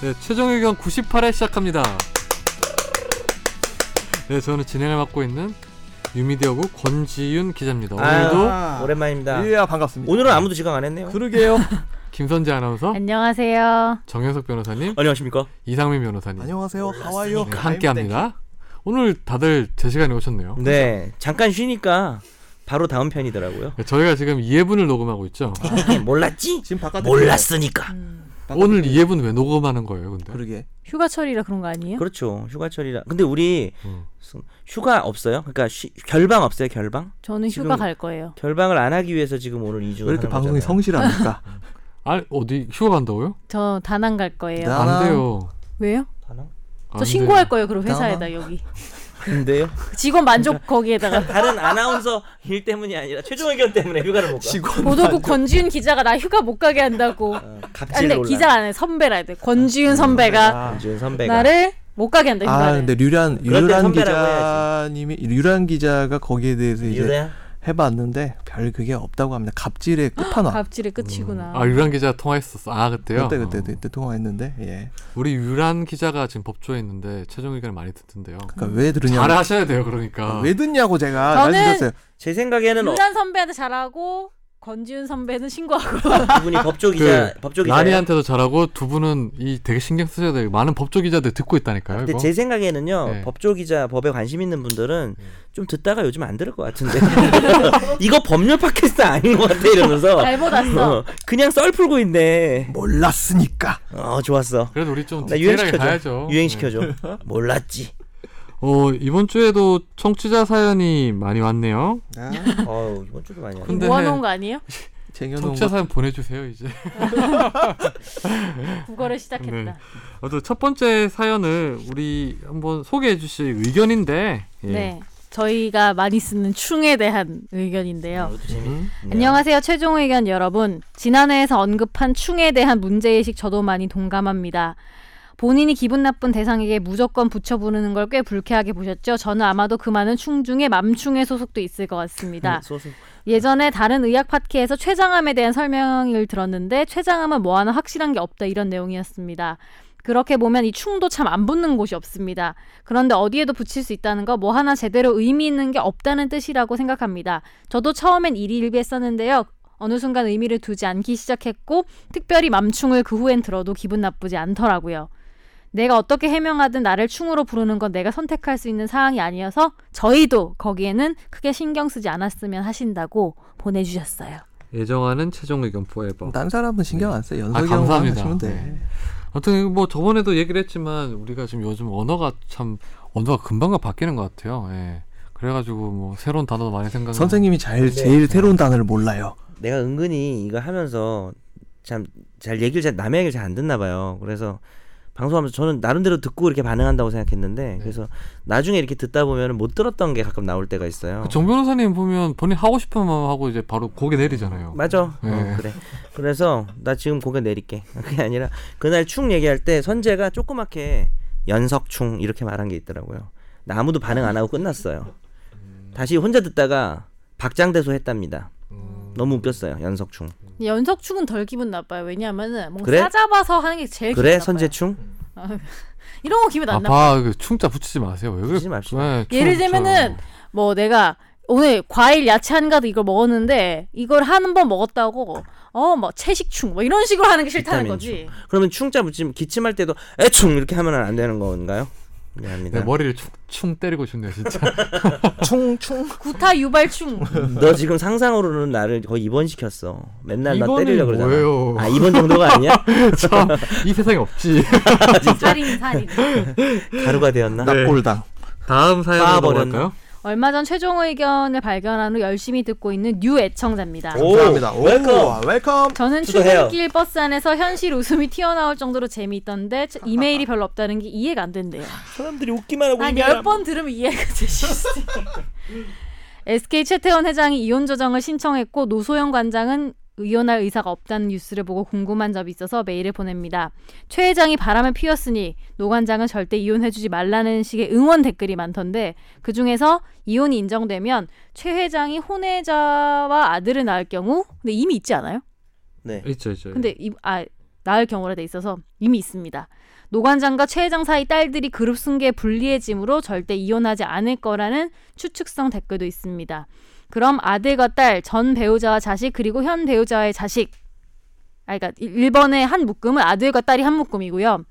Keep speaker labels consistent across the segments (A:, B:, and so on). A: 네, 최종 의견 98회 시작합니다. 네, 저는 진행을 맡고 있는 유미디어구 권지윤 기자입니다. 오늘도
B: 아,
C: 오랜만입니다.
B: 예, 반갑습니다.
C: 오늘은 아무도 지각 안 했네요.
B: 그러게요.
A: 김선재 아나운서,
D: 어? 안녕하세요.
A: 정현석 변호사님,
C: 안녕하십니까?
A: 이상민 변호사님
B: 음. 안녕하세요. 하와이요.
A: 네, 함께합니다. 오늘 다들 제 시간에 오셨네요.
C: 네, 잠깐 쉬니까 바로 다음 편이더라고요.
A: 네, 저희가 지금 2회분을 녹음하고 있죠.
C: 몰랐지?
B: 지금 바깥에
C: 몰랐으니까.
A: 오늘 2회분 왜 녹음하는 거예요, 근데?
B: 그러게.
D: 음. 휴가철이라 그런 거
B: 네.
D: 아니에요?
C: 그렇죠. 휴가철이라. 근데 우리
A: 음.
C: 휴가 없어요? 그러니까 쉬- 결방 없어요? 결방?
D: 저는
C: 지금-
D: 휴가 갈 거예요.
C: 결방을 안 하기 위해서 지금 오늘 2주.
B: 왜 이렇게 방송이 성실합니까?
A: 아, 어디 휴가 간다고요?
D: 저 다낭 갈 거예요.
B: 나-
A: 안
B: 나랑-
A: 돼요.
D: 왜요?
C: 다낭?
A: 안
D: 저 신고할
A: 돼요.
D: 거예요. 그럼 회사에다
B: 다낭?
D: 여기 그
C: 근데요?
D: 직원 만족 거기에다가
C: 다른 아나운서 일 때문이 아니라 최종 의견 때문에 휴가를 못 가.
B: 직원
D: 보도국 권지윤 기자가 나 휴가 못 가게 한다고.
C: 어,
D: 아니
C: 갑질
D: 근데
C: 논란.
D: 기자 안에 선배라 해야 돼.
C: 아,
D: 권지윤 선배가
C: 이준 선배가.
D: 나를 못 가게 한다.
B: 아,
D: 휴가를.
B: 근데 류란
C: 그럴 땐
B: 류란
C: 선배라고
B: 기자님이 류란 기자가 거기에 대해서 이제
C: 유래?
B: 해봤는데 별 그게 없다고 합니다. 갑질의 끝판왕.
D: 갑질의 끝이구나.
A: 아, 유란 기자 통화했었어. 아, 그때요?
B: 그때 그때
A: 어.
B: 그때 통화했는데 예.
A: 우리 유란 기자가 지금 법조에 있는데 최종 의견을 많이 듣던데요.
B: 그러니까 왜 들으냐?
A: 잘 하셔야 돼요,
C: 아,
A: 그러니까.
B: 왜 듣냐고 제가
D: 저는-
B: 말씀드렸어요.
C: 제 생각에는 어,
D: 유란 선배한테 잘하고 권지윤 선배는 신고하고.
C: 그분이 법조 기자, 법조 기자.
A: 라니한테도 잘하고 두 분은 이 되게 신경 쓰셔야 돼요. 많은 법조 기자들 듣고 있다니까요.
C: 근데
A: 이거.
C: 제 생각에는요
A: 네. 음.
C: 법조 기자 법에 관심 있는 분들은 좀 듣다가 요즘 안 들을 것 같은데 이거 법률 팟캐스트 아닌 것 같아 이러면서
D: 잘 보았어.
C: 어, 그냥 썰 풀고 있네
B: 몰랐으니까.
C: 어 좋았어
A: 그래도 우리 좀
C: 나
A: 디테일하게
C: 유행시켜줘
A: 가야죠. 네.
C: 유행시켜줘 몰랐지
A: 어 이번 주에도 청취자 사연이 많이 왔네요.
B: 아,
C: 어우 이번 주도 많이 왔네
A: 근데-
D: 모아놓은 뭐 거 아니에요?
B: 쟁여놓은
C: 뭐
A: 청취자
B: 거.
A: 사연 보내주세요 이제.
D: 국어를 시작했다.
A: 아무튼 첫 번째 사연을 우리 한번 소개해 주실 의견인데. 예.
D: 네. 저희가 많이 쓰는 충에 대한 의견인데요.
C: 이것도 재밌네
A: 음.
D: 안녕하세요 최종 의견 여러분 지난회에서 언급한 충에 대한 문제의식 저도 많이 동감합니다 본인이 기분 나쁜 대상에게 무조건 붙여 부르는 걸 꽤 불쾌하게 보셨죠 저는 아마도 그 많은 충 중에 맘충의 소속도 있을 것 같습니다
C: 음, 소소
D: 예전에 다른 의학 팟캐에서 췌장암에 대한 설명을 들었는데 췌장암은 뭐 하나 확실한 게 없다 이런 내용이었습니다. 그렇게 보면 이 충도 참 안 붙는 곳이 없습니다. 그런데 어디에도 붙일 수 있다는 거 뭐 하나 제대로 의미 있는 게 없다는 뜻이라고 생각합니다. 저도 처음엔 일일비했었는데요. 어느 순간 의미를 두지 않기 시작했고 특별히 맘충을 그 후엔 들어도 기분 나쁘지 않더라고요. 내가 어떻게 해명하든 나를 충으로 부르는 건 내가 선택할 수 있는 사항이 아니어서 저희도 거기에는 크게 신경 쓰지 않았으면 하신다고 보내주셨어요.
A: 예정하는 최종 의견 포에버.
B: 딴 사람은 신경 안 써요. 연석이
A: 아,
B: 형만
A: 감사합니다.
B: 하시면 돼.
A: 네. 아무튼 뭐 저번에도 얘기를 했지만 우리가 지금 요즘 언어가 참 언어가 금방가 바뀌는 것 같아요. 예. 그래가지고 뭐 새로운 단어도 많이 생각나.
B: 선생님이 제일
C: 네.
B: 제일 새로운 단어를 몰라요.
C: 내가 은근히 이거 하면서 참 잘 얘기를 잘 남의 얘기를 잘 안 듣나 봐요. 그래서 방송하면서 저는 나름대로 듣고 이렇게 반응한다고 생각했는데
A: 네.
C: 그래서 나중에 이렇게 듣다 보면 못 들었던 게 가끔 나올 때가 있어요.
A: 아, 정 변호사님 보면 본인 하고 싶은 마음 하고 이제 바로 고개 내리잖아요.
C: 맞아.
A: 네.
C: 어, 그래. 그래서 나 지금 고개 내릴게. 그게 아니라 그날 충 얘기할 때 선재가 조그맣게 연석충 이렇게 말한 게 있더라고요. 나 아무도 반응 안 하고 끝났어요. 다시 혼자 듣다가 박장대소 했답니다. 너무 웃겼어요. 연석충.
D: 연석충은 덜 기분 나빠요. 왜냐하면은 뭔가
C: 그래?
D: 싸잡아서 하는 게 제일
C: 그래
D: 기분 나빠요.
C: 선재충?
D: 이런 거 기분 안 나빠.
A: 아빠 그 충자 붙이지 마세요. 왜 그래?
C: 붙이지 맙시다.
A: 네, 충,
D: 예를
A: 저-
D: 들면은 뭐 내가 오늘 과일 야채 한 가득 이걸 먹었는데 이걸 한 번 먹었다고 어뭐 채식충 뭐 이런 식으로 하는 게 싫다는 거지.
C: 비타민충. 그러면 충자 붙이면 기침할 때도 애충 이렇게 하면 안 되는 건가요? 미안합니다.
A: 네, 머리를 충, 충 때리고 싶네요 진짜.
B: 충충.
D: 구타 유발충.
C: 너 지금 상상으로는 나를 거의 입원시켰어. 맨날 나
A: 입원이
C: 때리려고 그러잖아.
A: 뭐예요?
C: 아, 입원 정도가 아니야?
A: 참 이 세상에 없지.
C: 아,
D: 살인 살인.
C: 가루가 되었나?
B: 납골당.
A: 다음 사연으로
C: 빠버렸나?
A: 넘어갈까요?
D: 얼마 전 최종 의견을 발견한 후 열심히 듣고 있는 뉴 애청자입니다.
C: 오,
B: 감사합니다. 오,
C: 웰컴.
B: 웰컴.
D: 저는
C: 추도해요.
D: 출근길 버스 안에서 현실 웃음이 튀어나올 정도로 재미있던데 저- 이메일이 별로 없다는 게 이해가 안 된대요.
C: 아, 사람들이 웃기만 하고
D: 난
C: 있냐?
D: 열 번 들으면 이해가 되실 수 있어요. SK 최태원 회장이 이혼 조정을 신청했고 노소영 관장은 의원할 의사가 없다는 뉴스를 보고 궁금한 점이 있어서 메일을 보냅니다. 최 회장이 바람을 피웠으니 노 관장은 절대 이혼해주지 말라는 식의 응원 댓글이 많던데 그 중에서 이혼이 인정되면 최 회장이 혼외자와 아들을 낳을 경우 근데 이미 있지 않아요?
C: 네.
A: 있죠 있죠.
D: 근데 이, 아, 나을 경우라 돼 있어서 이미 있습니다. 노관장과 최회장 사이 딸들이 그룹 승계 불리해짐으로 절대 이혼하지 않을 거라는 추측성 댓글도 있습니다. 그럼 아들과 딸, 전 배우자와 자식 그리고 현 배우자의 자식 아 그러니까 1번의 한 묶음은 아들과 딸이 한 묶음이고요.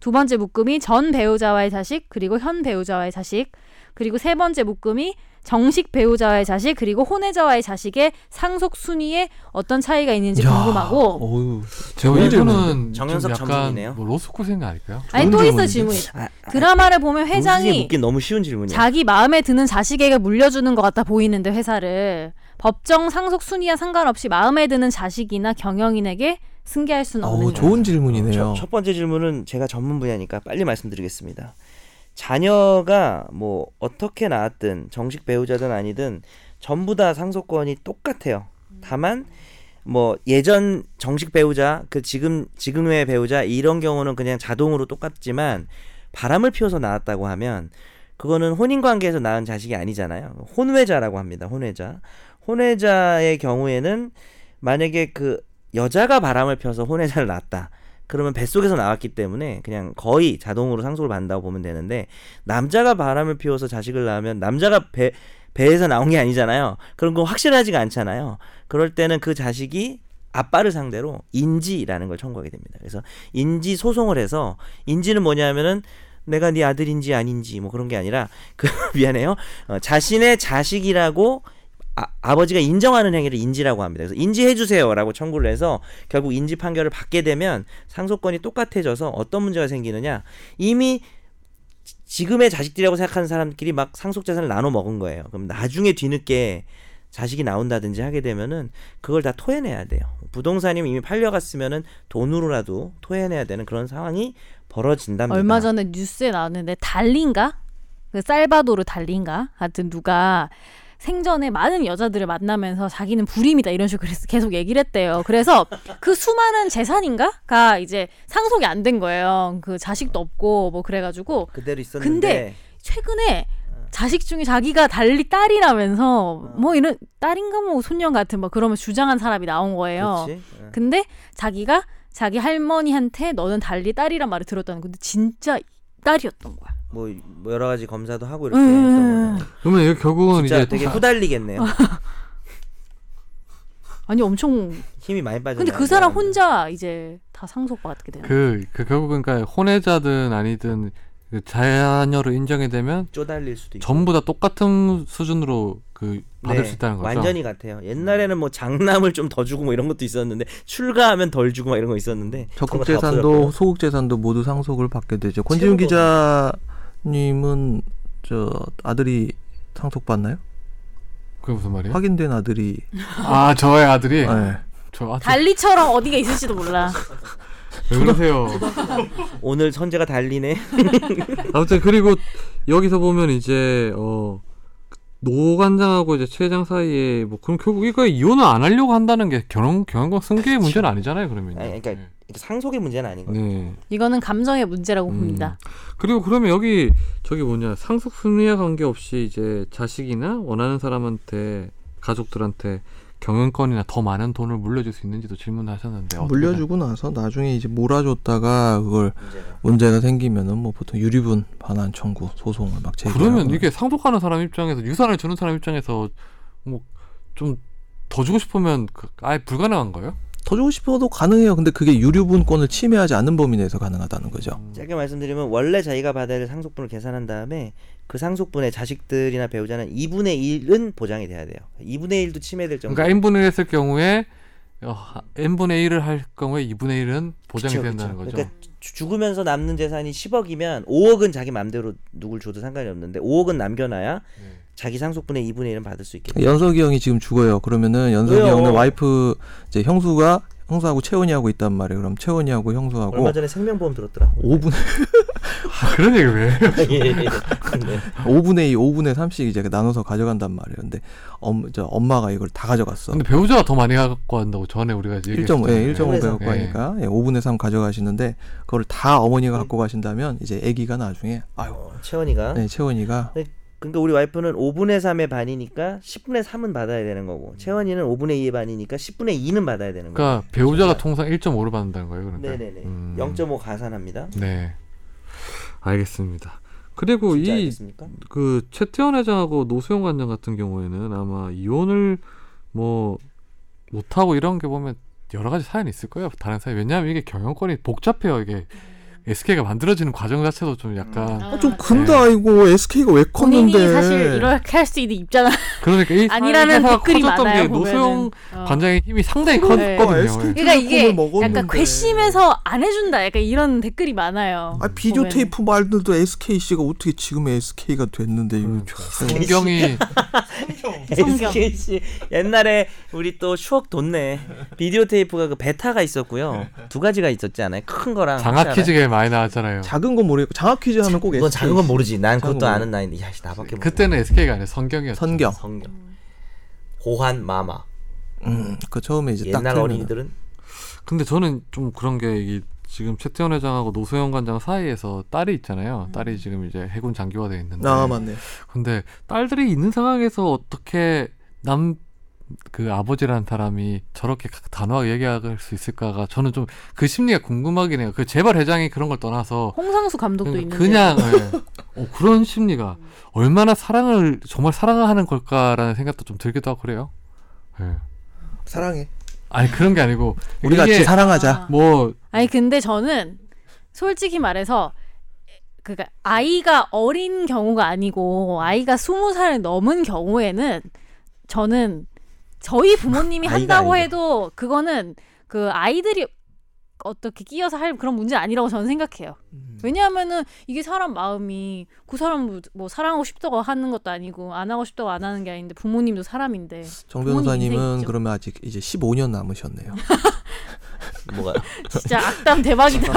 D: 두 번째 묶음이 전 배우자와의 자식 그리고 현 배우자와의 자식 그리고 세 번째 묶음이 정식 배우자와의 자식 그리고 혼외자와의 자식의 상속 순위에 어떤 차이가 있는지
B: 야,
D: 궁금하고
B: 어우,
A: 저
B: 오히려
A: 이분은
C: 정연석
A: 좀 약간
C: 점성이네요.
A: 뭐 로스쿨 생각 아닐까요?
D: 아니
B: 좋은
D: 또 있어
B: 질문인데.
D: 질문이
C: 아,
D: 드라마를 보면
C: 문수진이
D: 회장이
C: 묻긴 너무 쉬운 질문이야.
D: 자기 마음에 드는 자식에게 물려주는 것 같아 보이는데 회사를 법정 상속 순위와 상관없이 마음에 드는 자식이나 경영인에게 승계할 수는
B: 어우,
D: 없는
B: 좋은 질문이네요.
C: 어, 첫, 첫 번째 질문은 제가 전문 분야니까 빨리 말씀드리겠습니다. 자녀가 뭐 어떻게 낳았든 정식 배우자든 아니든 전부 다 상속권이 똑같아요. 다만 뭐 예전 정식 배우자 그 지금 지금의 배우자 이런 경우는 그냥 자동으로 똑같지만 바람을 피워서 낳았다고 하면 그거는 혼인 관계에서 낳은 자식이 아니잖아요. 혼외자라고 합니다. 혼외자. 혼외자의 경우에는 만약에 그 여자가 바람을 피워서 혼외자를 낳았다. 그러면 뱃속에서 나왔기 때문에 그냥 거의 자동으로 상속을 받는다고 보면 되는데 남자가 바람을 피워서 자식을 낳으면 남자가 배 배에서 나온 게 아니잖아요. 그런 거 확실하지가 않잖아요. 그럴 때는 그 자식이 아빠를 상대로 인지라는 걸 청구하게 됩니다. 그래서 인지 소송을 해서 인지는 뭐냐면은 내가 네 아들인지 아닌지 뭐 그런 게 아니라 그 미안해요. 어, 자신의 자식이라고 아, 아버지가 인정하는 행위를 인지라고 합니다. 그래서 인지해 주세요라고 청구를 해서 결국 인지 판결을 받게 되면 상속권이 똑같아져서 어떤 문제가 생기느냐? 이미 지- 지금의 자식들이라고 생각하는 사람끼리 막 상속 재산을 나눠 먹은 거예요. 그럼 나중에 뒤늦게 자식이 나온다든지 하게 되면은 그걸 다 토해내야 돼요. 부동산이 이미 팔려갔으면은 돈으로라도 토해내야 되는 그런 상황이 벌어진답니다.
D: 얼마 전에 뉴스에 나왔는데 달린가? 그 살바도르 달린가? 하여튼 누가 생전에 많은 여자들을 만나면서 자기는 불임이다 이런 식으로 그래서 계속 얘기를 했대요. 그래서 그 수많은 재산인가가 이제 상속이 안 된 거예요. 그 자식도 없고 뭐 그래가지고
C: 그대로 있었는데
D: 근데 최근에
A: 네.
D: 자식 중에 자기가 달리
A: 어.
D: 딸이라면서 뭐 이런 딸인가 뭐 손녀 같은 뭐 그러면 주장한 사람이 나온 거예요.
C: 그렇지? 어.
D: 근데 자기가 자기 할머니한테 너는 달리 딸이란 말을 들었다는 건데 진짜 딸이었던 거야.
C: 뭐, 뭐 여러 가지 검사도 하고 이렇게
D: 음.
C: 했던 거는
A: 그러면 이거 결국은
C: 진짜
A: 이제
C: 되게
A: 다-
C: 후달리겠네요.
D: 아니 엄청
C: 힘이 많이 빠졌네.
D: 근데 그 사람 혼자 이제 다 상속받게 되는 거야.
A: 그, 그 결국은 그러니까 혼외자든 아니든 그 자녀로 인정이 되면
C: 쪼달릴 수도 있고.
A: 전부 다 똑같은 수준으로 그 받을
C: 네,
A: 수 있다는 거죠.
C: 완전히 같아요. 옛날에는 뭐 장남을 좀 더 주고 뭐 이런 것도 있었는데 출가하면 덜 주고 막 이런 거 있었는데
B: 적극
C: 그런 거다 없어졌고요.
B: 재산도 소극 재산도 모두 상속을 받게 되죠. 권지윤 기자님은 저 아들이 상속받나요?
A: 그게 무슨 말이에요?
B: 확인된 아들이
A: 아 저의 아들이
B: 네.
A: 저 아,
D: 달리처럼 어디가 있을지도 몰라.
A: 왜 그러세요?
C: 오늘 선재가 달리네.
A: 음. 아무튼 그리고 여기서 보면 이제 어 노관장하고 이제 최장 사이에 뭐 그럼 결국 이거 이혼을 안 하려고 한다는 게 결혼 경영권 승계의 문제는 아니잖아요 그러면.
C: 아니, 그러니까 이게 상속의 문제는 아닌 거예요.
A: 네.
D: 이거는 감정의 문제라고
A: 음.
D: 봅니다.
A: 그리고 그러면 여기 저기 뭐냐 상속 순위와 관계없이 이제 자식이나 원하는 사람한테 가족들한테 경영권이나 더 많은 돈을 물려줄 수 있는지도 질문하셨는데 네, 어떻게
B: 물려주고 나서 나중에 이제 몰아줬다가 그걸
A: 음.
C: 문제가.
B: 문제가 생기면은 뭐 보통 유리분 반환 청구 소송을 막 제기하고
A: 그러면 이게 상속하는 사람 입장에서 유산을 주는 사람 입장에서 뭐 좀 더 주고 싶으면 그- 아예 불가능한 거예요?
B: 더 주고 싶어도 가능해요. 근데 그게 유류분권을 침해하지 않는 범위 내에서 가능하다는 거죠.
C: 짧게 말씀드리면 원래 자기가 받아야 될 상속분을 계산한 다음에 그 상속분의 자식들이나 배우자는 2분의 1은 보장이 돼야 돼요. 2분의 1도 침해될 정도.
A: 그러니까 n분의 1 했을 경우에 어, n분의 1을 할 경우에 2분의 1은 보장이
C: 그쵸,
A: 된다는
C: 그쵸.
A: 거죠.
C: 그러니까 주- 죽으면서 남는 재산이 10억이면 5억은 자기 맘대로 누굴 줘도 상관이 없는데 5억은 남겨놔야
A: 네.
C: 자기 상속분의 2분의 1은 받을 수 있겠죠.
B: 연석이 형이 지금 죽어요. 그러면은 연석이
C: 왜요?
B: 형의 와이프 이제 형수가 형수하고 채원이하고 있단 말이에요. 그럼 채원이하고
C: 얼마
B: 형수하고
C: 전에 생명보험 들었더라.
B: 5분
A: 아, 그런 얘기 왜? 해요?
C: 예, 예, 예. 네.
B: 5분의 2, 5분의 3씩 이제 나눠서 가져간단 말이에요. 근데 엄, 저 엄마가 이걸 다 가져갔어.
A: 근데 배우자가 더 많이 갖고 한다고 전에 우리가
B: 1.5, 예, 1.5배
C: 그래서.
B: 갖고 가니까 예, 5분의 3 가져가시는데 그걸 다 어머니가 갖고 가신다면 이제 아기가 나중에 아유,
C: 어, 채원이가.
B: 네, 채원이가
C: 그러니까 우리 와이프는 5분의 3의 반이니까 10분의 3은 받아야 되는 거고
A: 음.
C: 채원이는 5분의 2의 반이니까 10분의 2는 받아야 되는 거고.
A: 그러니까 배우자가 통상 1.5를 받는다는 거예요. 그러니까.
C: 네네네.
A: 음.
C: 0.5 가산합니다.
A: 네. 알겠습니다. 그리고
C: 진짜
A: 이
C: 알겠습니까?
A: 그 최태원 회장하고 노수영 관장 같은 경우에는 아마 이혼을 뭐 못하고 이런 게 보면 여러 가지 사연이 있을 거예요. 다른 사연. 왜냐하면 이게 경영권이 복잡해요. 이게 SK가 만들어지는 과정 자체도 좀 약간
D: 아,
B: 어,
C: 네.
B: 좀 큰데 아이고 SK가 왜
D: 본인이
B: 컸는데
D: 사실 이렇게 할 수 있는 입장은
A: 그러니까 이
D: 아니라는
A: 회사가
D: 댓글이
A: 커졌던
D: 많아요.
A: 게 노수영
D: 보면은. 어.
A: 관장의 힘이 상당히
D: 그러니까
A: 컸거든요.
B: SK
D: 그러니까 이게
B: 먹었는데.
D: 약간 괘씸해서 안 해준다. 약간 이런 댓글이 많아요.
B: 아 비디오
D: 보면은.
B: 테이프 말들도 SKC가 어떻게 지금 SK가 됐는데
C: 음,
B: 이거 참.
C: 그러니까.
A: 성경이
D: 성경.
C: SKC 옛날에 우리 또 추억 돋네. 비디오 테이프가 그 베타가 있었고요. 두 가지가 있었지 않아요? 큰 거랑
A: 장학 퀴즈가 많이 나왔잖아요.
B: 작은 건 모르겠고 장학 퀴즈 하면 꼭
C: 이건
B: SK
C: 작은 건 모르지. 난
B: 작은
C: 그것도
B: 건
C: 아는 나이인데 야씨 나밖에 모르.
A: 그때는 SK가 아니라 성경이었죠.
B: 선경
C: 성경. 호환 마마.
B: 음그 처음에 이제 딱
C: 옛날
B: 틀면은.
C: 어린이들은
A: 근데 저는 좀 그런 게 이- 지금 최태원 회장하고 노소영 관장 사이에서 딸이 있잖아요. 딸이 지금 이제 해군 장교가 되어 있는데.
B: 아 맞네
A: 근데 딸들이 있는 상황에서 어떻게 남 그 아버지라는 사람이 저렇게 가- 단호하게 얘기할 수 있을까가 저는 좀 그 심리가 궁금하긴 해요. 그 재벌 회장이 그런 걸 떠나서 그러니까
D: 홍상수 감독도
A: 그냥,
D: 있는데. 음.
A: 그냥 예. 어, 그런 심리가 얼마나 사랑을 정말 사랑하는 걸까라는 생각도 좀 들기도 하고 그래요. 예.
B: 사랑해
A: 아니 그런 게 아니고
B: 우리 같이
A: 이게
B: 사랑하자
D: 아.
A: 뭐
D: 아니 근데 저는 솔직히 말해서 그니까 아이가 어린 경우가 아니고 아이가 스무 살 넘은 경우에는 저는 저희 부모님이
C: 아이가
D: 한다고
C: 아니라.
D: 해도 그거는 그 아이들이 어떻게 끼어서 할 그런 문제 아니라고 저는 생각해요.
C: 음.
B: 음.
D: 왜냐하면은 이게 사람 마음이 그 사람 뭐- 뭐 사랑하고 싶다고 하는 것도 아니고 안 하고 싶다고 안 하는 게 아닌데 부모님도 사람인데
B: 정
D: 부모님 인생
B: 변호사님은
D: 있죠.
B: 그러면 아직 이제 15년 남으셨네요
C: 뭐가
D: 진짜 악담 대박이다.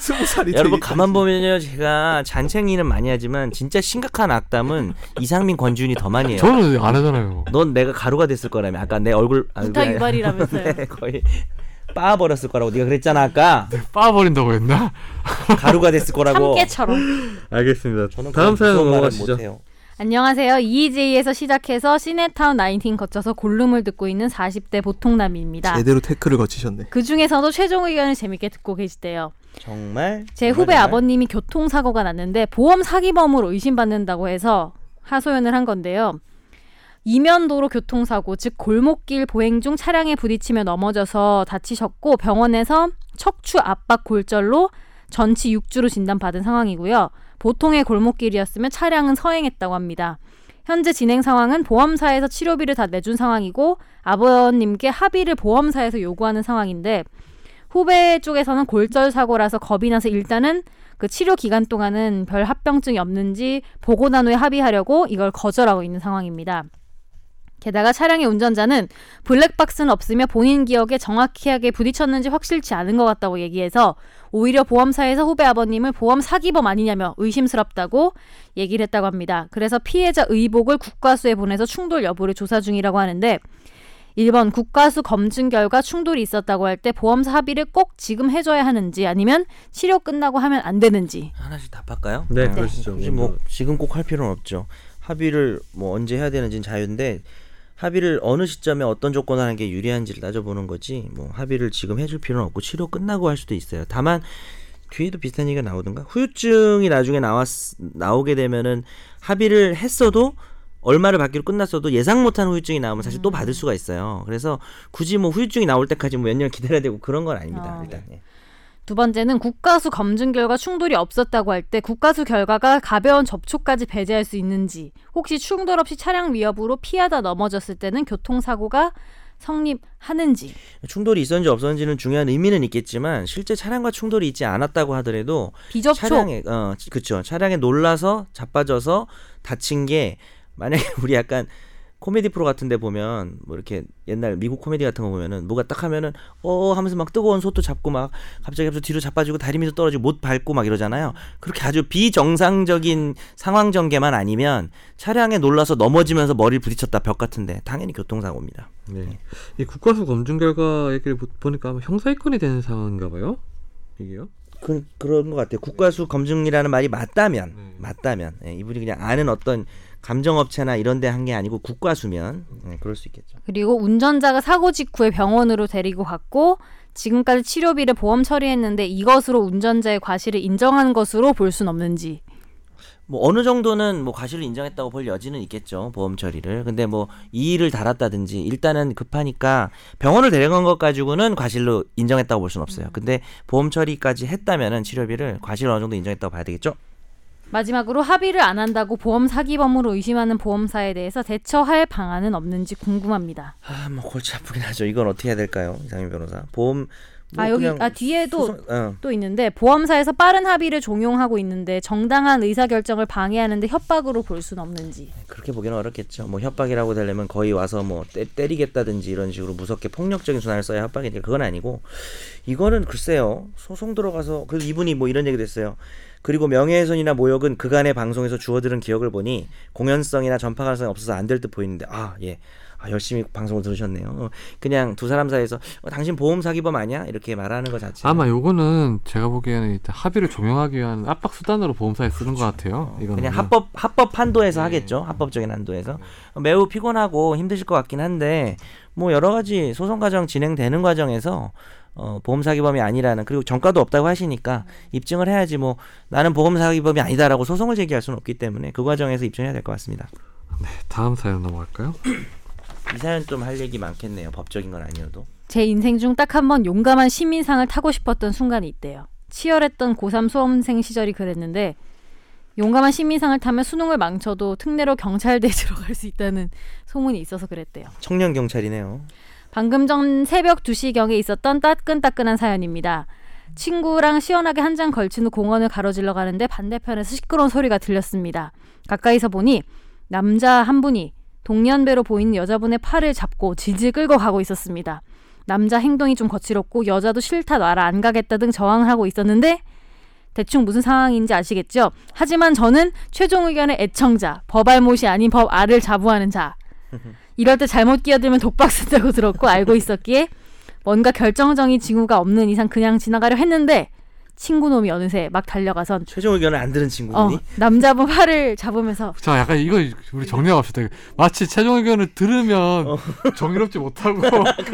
B: 스무 살이
C: 여러분 가만 보면요 제가 잔챙이는 많이 하지만 진짜 심각한 악담은 이상민 권지훈이 더 많이 해요.
A: 저는 안 하잖아요.
C: 넌 내가 가루가 됐을 거라며 아까 내 얼굴 아, 그게
D: 구타
C: 아니라-
D: 유발이라면서요.
C: 네, 거의 빻아 버렸을 거라고 네가 그랬잖아 아까
A: 빠버린다고 했나?
C: 가루가 됐을 거라고.
D: 참깨처럼.
A: 알겠습니다.
C: 저는 그런
A: 다음 사연
C: 무서운 말은
A: 넘어가시죠.
C: 못해요.
D: 안녕하세요. EJ에서 시작해서 시네타운 19 거쳐서 골룸을 듣고 있는 40대 보통남입니다.
B: 제대로 태클을 거치셨네
D: 그 중에서도 최종 의견을 재밌게 듣고 계시대요.
C: 정말
D: 제
C: 그 정말,
D: 후배
C: 정말?
D: 아버님이 교통사고가 났는데 보험 사기범으로 의심받는다고 해서 하소연을 한 건데요. 이면도로 교통사고, 즉 골목길 보행 중 차량에 부딪히며 넘어져서 다치셨고 병원에서 척추 압박 골절로 전치 6주로 진단받은 상황이고요. 보통의 골목길이었으면 차량은 서행했다고 합니다. 현재 진행 상황은 보험사에서 치료비를 다 내준 상황이고 아버님께 합의를 보험사에서 요구하는 상황인데 후배 쪽에서는 골절 사고라서 겁이 나서 일단은 그 치료 기간 동안은 별 합병증이 없는지 보고 난 후에 합의하려고 이걸 거절하고 있는 상황입니다. 게다가 차량의 운전자는 블랙박스는 없으며 본인 기억에 정확하게 부딪혔는지 확실치 않은 것 같다고 얘기해서 오히려 보험사에서 후배 아버님을 보험 사기범 아니냐며 의심스럽다고 얘기를 했다고 합니다. 그래서 피해자 의복을 국과수에 보내서 충돌 여부를 조사 중이라고 하는데 1번 국가수 검증 결과 충돌이 있었다고 할 때 보험사 합의를 꼭 지금 해줘야 하는지 아니면 치료 끝나고 하면 안 되는지
C: 하나씩 답할까요?
A: 네, 네. 그러시죠.
B: 음.
C: 사실 뭐 지금 꼭 할 필요는 없죠. 합의를 뭐 언제 해야 되는지는 자유인데 합의를 어느 시점에 어떤 조건을 하는 게 유리한지를 따져보는 거지. 뭐 합의를 지금 해줄 필요는 없고 치료 끝나고 할 수도 있어요. 다만 뒤에도 비슷한 얘기가 나오던가 후유증이 나중에 나왔 나오게 되면은 합의를 했어도 얼마를 받기로 끝났어도 예상 못한 후유증이 나오면 사실 또 받을 수가 있어요. 그래서 굳이 뭐 후유증이 나올 때까지 몇 년 기다려야 되고 그런 건 아닙니다.
D: 아.
C: 일단 예.
D: 두 번째는 국가수 검증 결과 충돌이 없었다고 할 때 국가수 결과가 가벼운 접촉까지 배제할 수 있는지 혹시 충돌 없이 차량 위협으로 피하다 넘어졌을 때는 교통사고가 성립하는지
C: 충돌이 있었는지 없었는지는 중요한 의미는 있겠지만 실제 차량과 충돌이 있지 않았다고 하더라도
D: 비접촉
C: 차량에 어 그쵸 차량에 놀라서 자빠져서 다친 게 만약에 우리 약간 코미디 프로 같은데 보면 뭐 이렇게 옛날 미국 코미디 같은 거 보면은 뭐가 딱 하면은 어 하면서 막 뜨거운 소도 잡고 막 갑자기 갑자기 뒤로 자빠지고 다리 밑으로 떨어지고 못 밟고 막 이러잖아요. 그렇게 아주 비정상적인 상황 전개만 아니면 차량에 놀라서 넘어지면서 머리를 부딪혔다 벽 같은데 당연히 교통사고입니다.
A: 네. 이 국과수 검증 결과 얘기를 보- 보니까 아마 형사 입건이 되는 상황인가 봐요. 이게요?
C: 그, 그런 것 같아요. 국과수 검증이라는 말이 맞다면
A: 네.
C: 맞다면 예, 이분이 그냥 아는 어떤 감정업체나 이런데 한 게 아니고 국과수면 예, 그럴 수 있겠죠.
D: 그리고 운전자가 사고 직후에 병원으로 데리고 갔고 지금까지 치료비를 보험 처리했는데 이것으로 운전자의 과실을 인정한 것으로 볼 순 없는지.
C: 뭐 어느 정도는 뭐 과실을 인정했다고 볼 여지는 있겠죠 보험 처리를 근데 뭐 이의를 달았다든지 일단은 급하니까 병원을 데려간 것 가지고는 과실로 인정했다고 볼 수는 없어요 근데 보험 처리까지 했다면은 치료비를 과실 어느 정도 인정했다고 봐야 되겠죠
D: 마지막으로 합의를 안 한다고 보험 사기범으로 의심하는 보험사에 대해서 대처할 방안은 없는지 궁금합니다.
C: 아 뭐 골치 아프긴 하죠 이건 어떻게 해야 될까요 이상민 변호사 보험 뭐
D: 아 여기
C: 그냥
D: 아 뒤에도
C: 소송- 어.
D: 또 있는데 보험사에서 빠른 합의를 종용하고 있는데 정당한 의사 결정을 방해하는데 협박으로 볼 순 없는지.
C: 그렇게 보기는 어렵겠죠. 뭐 협박이라고 되려면 거의 와서 뭐 때, 때리겠다든지 이런 식으로 무섭게 폭력적인 수단을 써야 협박이니까 그건 아니고 이거는 글쎄요 소송 들어가서 그래서 이분이 뭐 이런 얘기도 했어요. 그리고 명예훼손이나 모욕은 그간의 방송에서 주워들은 기억을 보니 공연성이나 전파 가능성이 없어서 안 될 듯 보이는데 아 예. 아, 열심히 방송을 들으셨네요. 어, 그냥 두 사람 사이에서 어, 당신 보험 사기범 아니야? 이렇게 말하는 것 자체.
A: 아마 요거는 제가 보기에는 일단 합의를 조명하기 위한 압박 수단으로 보험사에 쓰는 것 같아요. 이거는
C: 그렇죠.
A: 네.
C: 그냥 합법 합법 한도에서 하겠죠. 합법적인 한도에서 매우 피곤하고 힘드실 것 같긴 한데 뭐 여러 가지 소송 과정 진행되는 과정에서 어, 보험 사기범이 아니라는 그리고 전과도 없다고 하시니까 입증을 해야지 뭐 나는 보험 사기범이 아니다라고 소송을 제기할 수는 없기 때문에 그 과정에서 입증해야 될 것 같습니다.
A: 다음 사연 넘어갈까요?
C: 이 사연 좀 할 얘기 많겠네요. 법적인 건 아니어도.
D: 제 인생 중 딱 한 번 용감한 시민상을 타고 싶었던 순간이 있대요. 치열했던 고3 수험생 시절이 그랬는데 용감한 시민상을 타면 수능을 망쳐도 특례로 경찰대에 들어갈 수 있다는 소문이 있어서 그랬대요.
C: 청년 경찰이네요.
D: 방금 전 새벽 2시경에 있었던 따끈따끈한 사연입니다. 친구랑 시원하게 한 잔 걸친 후 공원을 가로질러 가는데 반대편에서 시끄러운 소리가 들렸습니다. 가까이서 보니 남자 한 분이 동년배로 보이는 여자분의 팔을 잡고 질질 끌고 가고 있었습니다. 남자 행동이 좀 거칠었고 여자도 싫다 놔라 안 가겠다 등 저항을 하고 있었는데 대충 무슨 상황인지 아시겠죠? 하지만 저는 최종 의견의 애청자, 법알못이 아닌 법알을 자부하는 자. 이럴 때 잘못 끼어들면 독박 쓴다고 들었고 알고 있었기에 뭔가 결정적인 징후가 없는 이상 그냥 지나가려 했는데 친구 놈이 어느새 막 달려가선
C: 최종 의견을 안 들은
D: 어,
C: 친구분이
D: 남자분 팔을 잡으면서
A: 자, 약간 이거 우리 정리합시다. 마치 최종 의견을 들으면
C: 어.
A: 정의롭지 못하고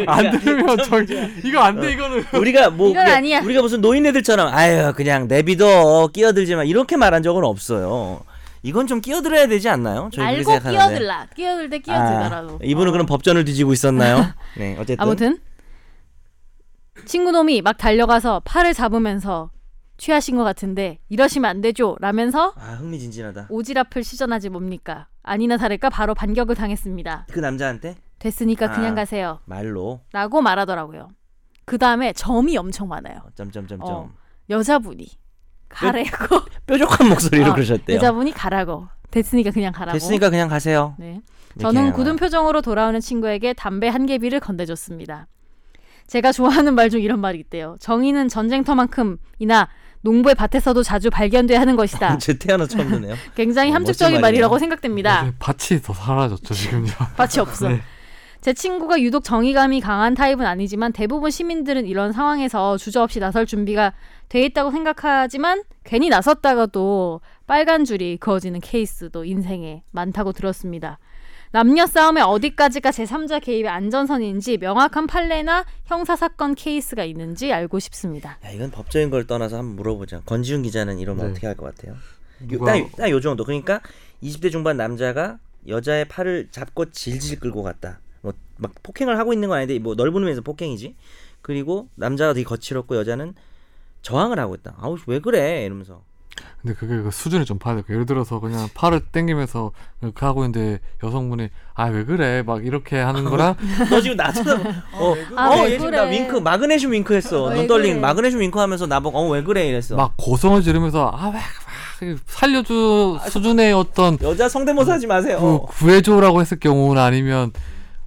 A: 안 들으면 정 이거 안
C: 어.
A: 돼 이거는
C: 우리가 뭐
D: 이건
C: 그냥
D: 아니야.
C: 우리가 무슨 노인네들처럼 아유 그냥 내비둬 끼어들지만 이렇게 말한 적은 없어요. 이건 좀 끼어들어야 되지 않나요? 저희 그렇게
D: 알고
C: 생각하는데.
D: 끼어들라 끼어들 때
C: 아,
D: 끼어들라라고
C: 이분은
D: 어.
C: 그럼 법전을 뒤지고 있었나요? 네 어쨌든
D: 아무튼 친구 놈이 막 달려가서 팔을 잡으면서 취하신 것 같은데 이러시면 안 되죠 라면서
C: 아 흥미진진하다.
D: 오지랖을 시전하지 뭡니까 아니나 다를까 바로 반격을 당했습니다
C: 그 남자한테
D: 됐으니까 그냥
C: 아.
D: 가세요
C: 말로
D: 라고 말하더라고요. 그 다음에 점이 엄청 많아요.
C: 어, 점점점점
D: 어. 여자분이 가라고
C: 네. 뾰족한 목소리로
D: 어,
C: 그러셨대요.
D: 여자분이 가라고 됐으니까 그냥 가라고.
C: 됐으니까 그냥 가세요.
D: 네.
C: 이렇게
D: 저는
C: 하나.
D: 굳은 표정으로 돌아오는 친구에게 담배 한 개비를 건네줬습니다. 제가 좋아하는 말 중 이런 말이 있대요. 정의는 전쟁터만큼이나 농부의 밭에서도 자주 발견돼야 하는 것이다.
C: 제 태어나 처음 듣네요.
D: 굉장히
C: 어,
D: 함축적인
C: 멋진 말이네요. 네.
D: 말이라고 생각됩니다.
A: 네, 밭이 더 사라졌죠 지금요. 네.
D: 밭이 없어. 제 친구가 유독 정의감이 강한 타입은 아니지만 대부분 시민들은 이런 상황에서 주저없이 나설 준비가 돼 있다고 생각하지만 괜히 나섰다가도 빨간 줄이 그어지는 케이스도 인생에 많다고 들었습니다. 남녀 싸움에 어디까지가 제3자 개입의 안전선인지 명확한 판례나 형사 사건 케이스가 있는지 알고 싶습니다.
C: 야, 이건 법적인 걸 떠나서 한번 물어보자. 권지훈 기자는 이러면
A: 네.
C: 어떻게 할 것 같아요?
A: 누가-
C: 딱딱요 정도. 그러니까 20대 중반 남자가 여자의 팔을 잡고 질질 끌고 갔다. 뭐 막 폭행을 하고 있는 건 아닌데 뭐 넓은 의미에서 폭행이지. 그리고 남자가 되게 거칠었고 여자는 저항을 하고 있다. 아우 왜 그래 이러면서.
A: 근데 그게 그 수준이 좀 봐야 될거 예를 들어서 그냥 팔을 당기면서 그 하고 있는데 여성분이 아 왜 그래 막 이렇게 하는 거랑
C: 너 지금 나 쳐다봐. 어,
D: 아,
C: 어,
D: 왜
C: 얘 지금 나
D: 그래.
C: 윙크 마그네슘 윙크했어.
D: 왜
C: 눈 떨림
D: 그래.
C: 마그네슘 윙크하면서 나보고 어 왜 그래 이랬어.
A: 막 고성을 지르면서 아왜 살려주
C: 아,
A: 수준의 어떤
C: 여자 성대모사 하지 마세요. 어,
A: 구, 구해줘라고 했을 경우는 아니면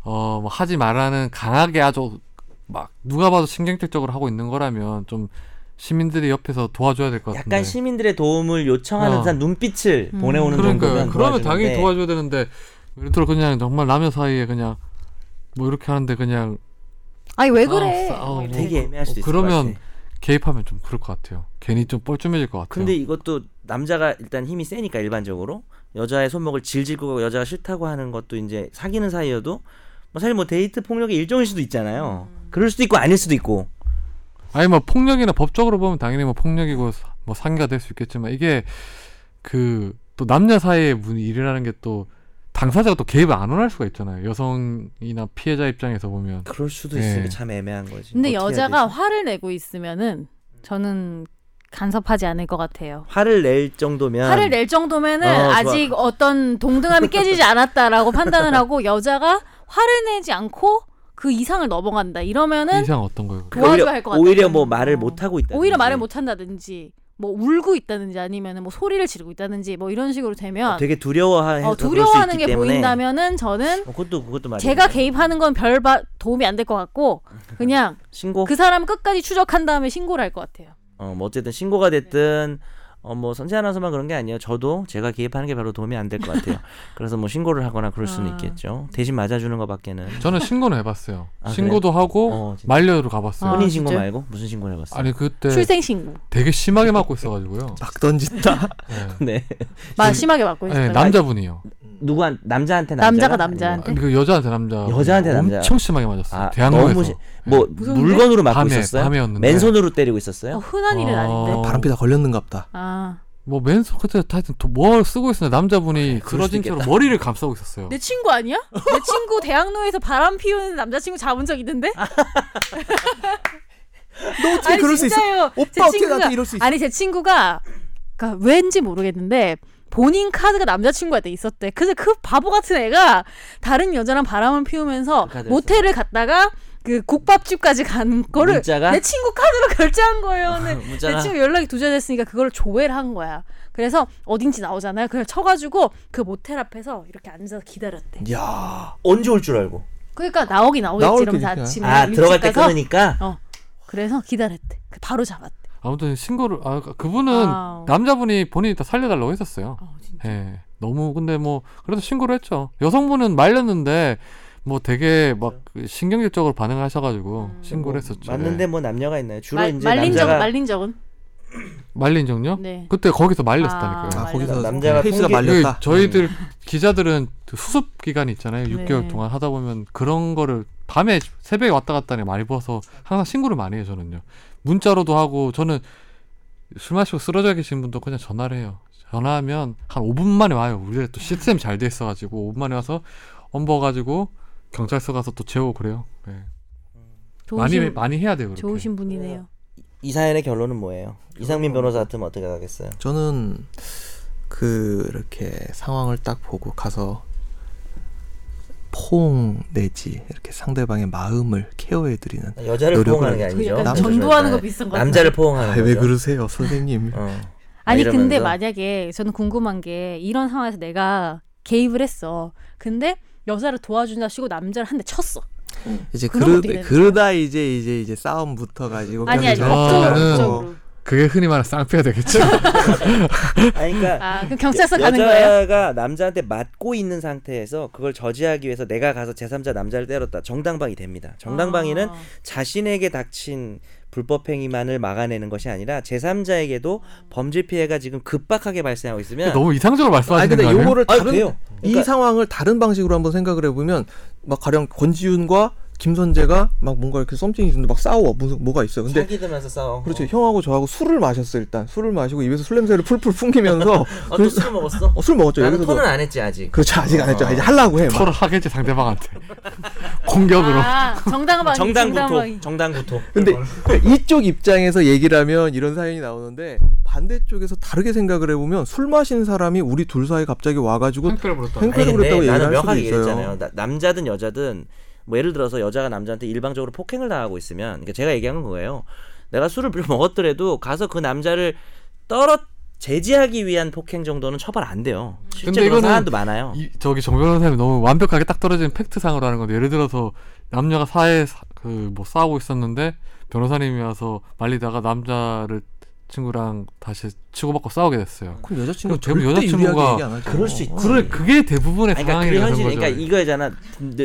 A: 어뭐 하지 말라는 강하게 아주 막 누가 봐도 신경질적으로 하고 있는 거라면 좀 시민들이 옆에서 도와줘야 될 것 같은데
C: 약간 시민들의 도움을 요청하는
A: 네. 어.
C: 듯한 눈빛을
D: 음.
C: 보내오는 정도면
A: 그러니까요 그러면
C: 도와주는데
A: 당연히 도와줘야 되는데 예를 들어 그냥 정말 라면 사이에 그냥 뭐 이렇게 하는데 그냥
D: 아니 왜
A: 그래?
D: 그래?
A: 싸워, 싸워.
C: 아, 되게 애매할 수도 있을
A: 그러면
C: 것 같아.
A: 개입하면 좀 그럴 것 같아요. 괜히 좀 뻘쭘해질 것 같아요.
C: 근데 이것도 남자가 일단 힘이 세니까 일반적으로 여자의 손목을 질질 끄고 여자가 싫다고 하는 것도 이제 사귀는 사이여도 뭐 사실 뭐 데이트 폭력의 일종일 수도 있잖아요.
D: 음.
C: 그럴 수도 있고 아닐 수도 있고.
A: 아니 뭐 폭력이나 법적으로 보면 당연히 뭐 폭력이고 사- 뭐 상의가 될 수 있겠지만 이게 그 또 남녀 사이의 문 일이라는 게 또 당사자가 또 개입을 안 원할 수가 있잖아요. 여성이나 피해자 입장에서 보면
C: 그럴 수도
A: 네.
C: 있으니까 참 애매한 거지.
D: 근데
C: 어떻게 해야
D: 여자가
C: 되지?
D: 화를 내고 있으면은 저는 간섭하지 않을 것 같아요.
C: 화를 낼 정도면
D: 화를 낼 정도면은
C: 어, 좋아.
D: 아직 어떤 동등함이 깨지지 않았다라고 판단을 하고 여자가 화를 내지 않고 그 이상을 넘어간다. 이러면은
A: 이상 어떤 거예요?
C: 그러니까
D: 도와줘야
C: 오히려-
D: 할것 같아요.
C: 오히려 뭐 말을
D: 어.
C: 못 하고 있다.
D: 오히려 말을 못 한다든지 뭐 울고 있다든지 아니면은 뭐 소리를 지르고 있다든지 뭐 이런 식으로 되면
C: 어, 되게 두려워해서 그럴
D: 어,
C: 수
D: 두려워하는
C: 있기
D: 게
C: 때문에
D: 보인다면은 저는
C: 어, 그것도 그것도 말이
D: 제가 개입하는 건 별 도움이 안 될 것 같고 그냥
C: 신고
D: 그 사람 끝까지 추적한 다음에 신고를 할 것 같아요.
C: 어, 뭐 어쨌든 신고가 됐든 어, 뭐 선세 아나운서만 그런 게 아니에요. 저도 제가 개입하는 게 별로 도움이 안 될 것 같아요. 그래서 뭐 신고를 하거나 그럴 수는
D: 아.
C: 있겠죠. 대신 맞아주는 것밖에는
A: 저는 신고는 해봤어요.
C: 아,
A: 신고도 하고
C: 어, 진짜.
A: 만료로 가봤어요.
D: 아.
C: 혼인 신고
D: 진짜요?
C: 말고 무슨 신고를 해봤어요?
A: 아니 그때
D: 출생 신고.
A: 되게 심하게 맞고 있어가지고요.
B: 막 던진다.
A: 네.
C: 네
D: 막 심하게 맞고
A: 네,
D: 있어요.
A: 남자분이요.
C: 누구한 남자한테 남자가
D: 음. 남자가
C: 아니면-
D: 남자한테.
A: 아니, 그 여자한테 남자.
C: 여자한테 남자.
A: 엄청 심하게 맞았어요.
C: 아,
A: 대한민국에서.
C: 너무 시- 뭐
D: 무서운데?
C: 물건으로 맞고
A: 밤에,
C: 있었어요?
A: 밤에였는데.
C: 맨손으로 때리고
D: 어,
C: 있었어요?
D: 흔한 일은
A: 어.
D: 아닌데.
B: 바람피다 걸렸는갑다.
D: 아,
A: 뭐 맨손 그때 하여튼 도- 뭘 쓰고 있었나 남자분이
C: 아, 그럴
A: 쓰러진
C: 수도
A: 채로
C: 있겠다.
A: 머리를 감싸고 있었어요.
D: 내 친구 아니야? 내 친구 대학로에서 바람 피우는 남자친구 잡은 적 있는데?
B: 너 어떻게
D: 아니,
B: 아, 그럴 수 있어?
D: 진짜예요.
B: 오빠
D: 제
B: 어떻게
D: 친구가-
B: 나한테 이럴 수 있어?
D: 아니 제 친구가 그러니까 왠지 모르겠는데 본인 카드가 남자친구한테 있었대. 근데 그 바보 같은 애가 다른 여자랑 바람을 피우면서
C: 그 카드였어요.
D: 모텔을 갔다가 그 국밥집까지 간 거를
C: 문자가?
D: 내 친구 카드로 결제한 거예요.
B: 아,
D: 근데 내
C: 문자가
D: 친구 연락이 두절됐으니까 그걸 조회를 한 거야. 그래서 어딘지 나오잖아요. 그걸 쳐가지고 그 모텔 앞에서 이렇게 앉아서 기다렸대.
B: 야,
C: 언제 올 줄 알고
D: 그러니까 나오긴 나오겠지
B: 나올
D: 이러면서
B: 테니까.
D: 아침에
C: 아
D: 일찍
C: 들어갈 때
D: 가서
C: 끊으니까
D: 그래서 기다렸대. 그 바로 잡았대.
A: 아무튼 신고를 아 그- 그분은
D: 아우.
A: 남자분이 본인이 다 살려달라고 했었어요.
D: 어, 진짜.
A: 예. 너무 근데 뭐 그래도 신고를 했죠. 여성분은 말렸는데 뭐 되게 막그 신경질적으로 반응하셔가지고
D: 음.
A: 신고를 했었죠.
C: 맞는데
A: 예.
C: 뭐 남녀가 있나요? 주로
D: 말,
C: 이제
D: 말린
C: 남자가
D: 적은 말린 적은
A: 말린 적요?
D: 네.
A: 그때 거기서 말렸다니까요.
D: 아,
B: 아, 거기서
C: 남자가
B: 페이스가
C: 통계-
B: 말렸다.
A: 그
B: 음.
A: 저희들 기자들은 그 수습 기간이 있잖아요.
D: 네.
A: 6개월 동안 하다 보면 그런 거를 밤에 새벽에 왔다 갔다 하니 많이 부어서 항상 신고를 많이 해요. 저는요. 문자로도 하고 저는 술 마시고 쓰러져 계신 분도 그냥 전화를 해요. 전화하면 한 5분 만에 와요. 우리가 또 시스템 이 잘 돼 있어가지고 5분 만에 와서 엄버가지고 경찰서 가서 또 재우고 그래요. 예. 많이
D: 좋으신,
A: 많이 해야 돼요. 그렇게.
D: 좋으신 분이네요.
C: 이 사연의 결론은 뭐예요? 이상민 변호사 같으면 어떻게 하겠어요?
B: 저는 그렇게 상황을 딱 보고 가서 포옹 내지 이렇게 상대방의 마음을 케어해 드리는.
C: 여자를
B: 노력을
C: 포옹하는 게
D: 그
C: 아니죠. 네.
D: 약간
B: 남-
D: 전도하는 거 비슷한 거 같아요.
C: 남자를 포옹하는 거죠.
B: 아왜 그러세요, 선생님?
C: 어.
D: 아니 근데
C: 이러면서.
D: 만약에 저는 궁금한 게 이런 상황에서 내가 개입을 했어. 근데 여자를 도와준다시고 남자를 한 대 쳤어.
B: 이제
D: 그럼
B: 그러,
D: 어떻게 되는
B: 그러다 이제 이제 이제 싸움 붙어 가지고 어.
D: 아니 아니
A: 저는-
D: 법적으로
A: 저는-
D: 법적으로.
A: 그게 흔히 말하는 쌍피가 되겠죠.
C: 아니 그러니까
D: 아 그럼 경찰서
C: 여-
D: 가는 거예요?
C: 여자가 남자한테 맞고 있는 상태에서 그걸 저지하기 위해서 내가 가서 제3자 남자를 때렸다. 정당방위 됩니다. 정당방위는
D: 아.
C: 자신에게 닥친 불법 행위만을 막아내는 것이 아니라 제3자에게도 범죄 피해가 지금 급박하게 발생하고 있으면
A: 너무 이상적으로
B: 아니
A: 말씀하시는
B: 근데
A: 거예요.
B: 요거를
C: 아니,
B: 다른
C: 돼요.
B: 이
C: 그러니까-
B: 상황을 다른 방식으로 한번 생각을 해보면 막 가령 권지윤과 김선재가 막 뭔가 이렇게 썸씽이 있는데 막 싸워 무슨 뭐가 있어요. 근데
C: 사기들면서 싸워.
B: 그렇죠 형하고 저하고 술을 마셨어 일단 술을 마시고 입에서 술 냄새를 풀풀
A: 어,
B: 풍기면서 그래서-
C: 먹었어?
B: 어, 술 먹었죠
C: 나는
B: 여기서도
C: 톤을 안 했지 아직.
B: 그렇죠 아직 안 했죠 이제 하려고 해막
A: 서로 하겠지 상대방한테 공격으로.
D: 아, 정당방위
C: 정당구토.
D: 정당방위.
C: 정당구토. 어.
B: 근데 그러니까 이쪽 입장에서 얘기라면 이런 사연이 나오는데 반대쪽에서 다르게 생각을 해보면 술 마신 사람이 우리 둘 사이 갑자기 와가지고
A: 행패를 부렸다.
B: 행패를
C: 아니,
B: 부렸다고
C: 근데
B: 얘기를
C: 나는
B: 할 수도
C: 명확하게
B: 있어요.
C: 얘기했잖아요. 나- 남자든 여자든 뭐 예를 들어서 여자가 남자한테 일방적으로 폭행을 당하고 있으면 그러니까 제가 얘기한 건 거예요. 내가 술을 물론 먹었더라도 가서 그 남자를 떨어 제지하기 위한 폭행 정도는 처벌 안 돼요. 실제
A: 근데
C: 그런
A: 이거는
C: 사안도 많아요.
A: 어. 이, 저기 정 변호사님 너무 완벽하게 딱 떨어진 팩트상으로 하는 건데 예를 들어서 남녀가 그뭐 사회 그뭐 싸우고 있었는데 변호사님이 와서 말리다가 남자를 친구랑 다시 치고받고 싸우게 됐어요.
B: 그럼 여자친구
A: 그럼 대부분
B: 절대
A: 여자친구가
B: 유리하게 얘기 안 어, 하죠.
C: 그럴 수 있지.
A: 그래 그게 대부분의
C: 음. 아니, 그러니까
A: 상황이
C: 그게
A: 되는
C: 현실.
A: 거죠.
C: 그러니까 이거잖아.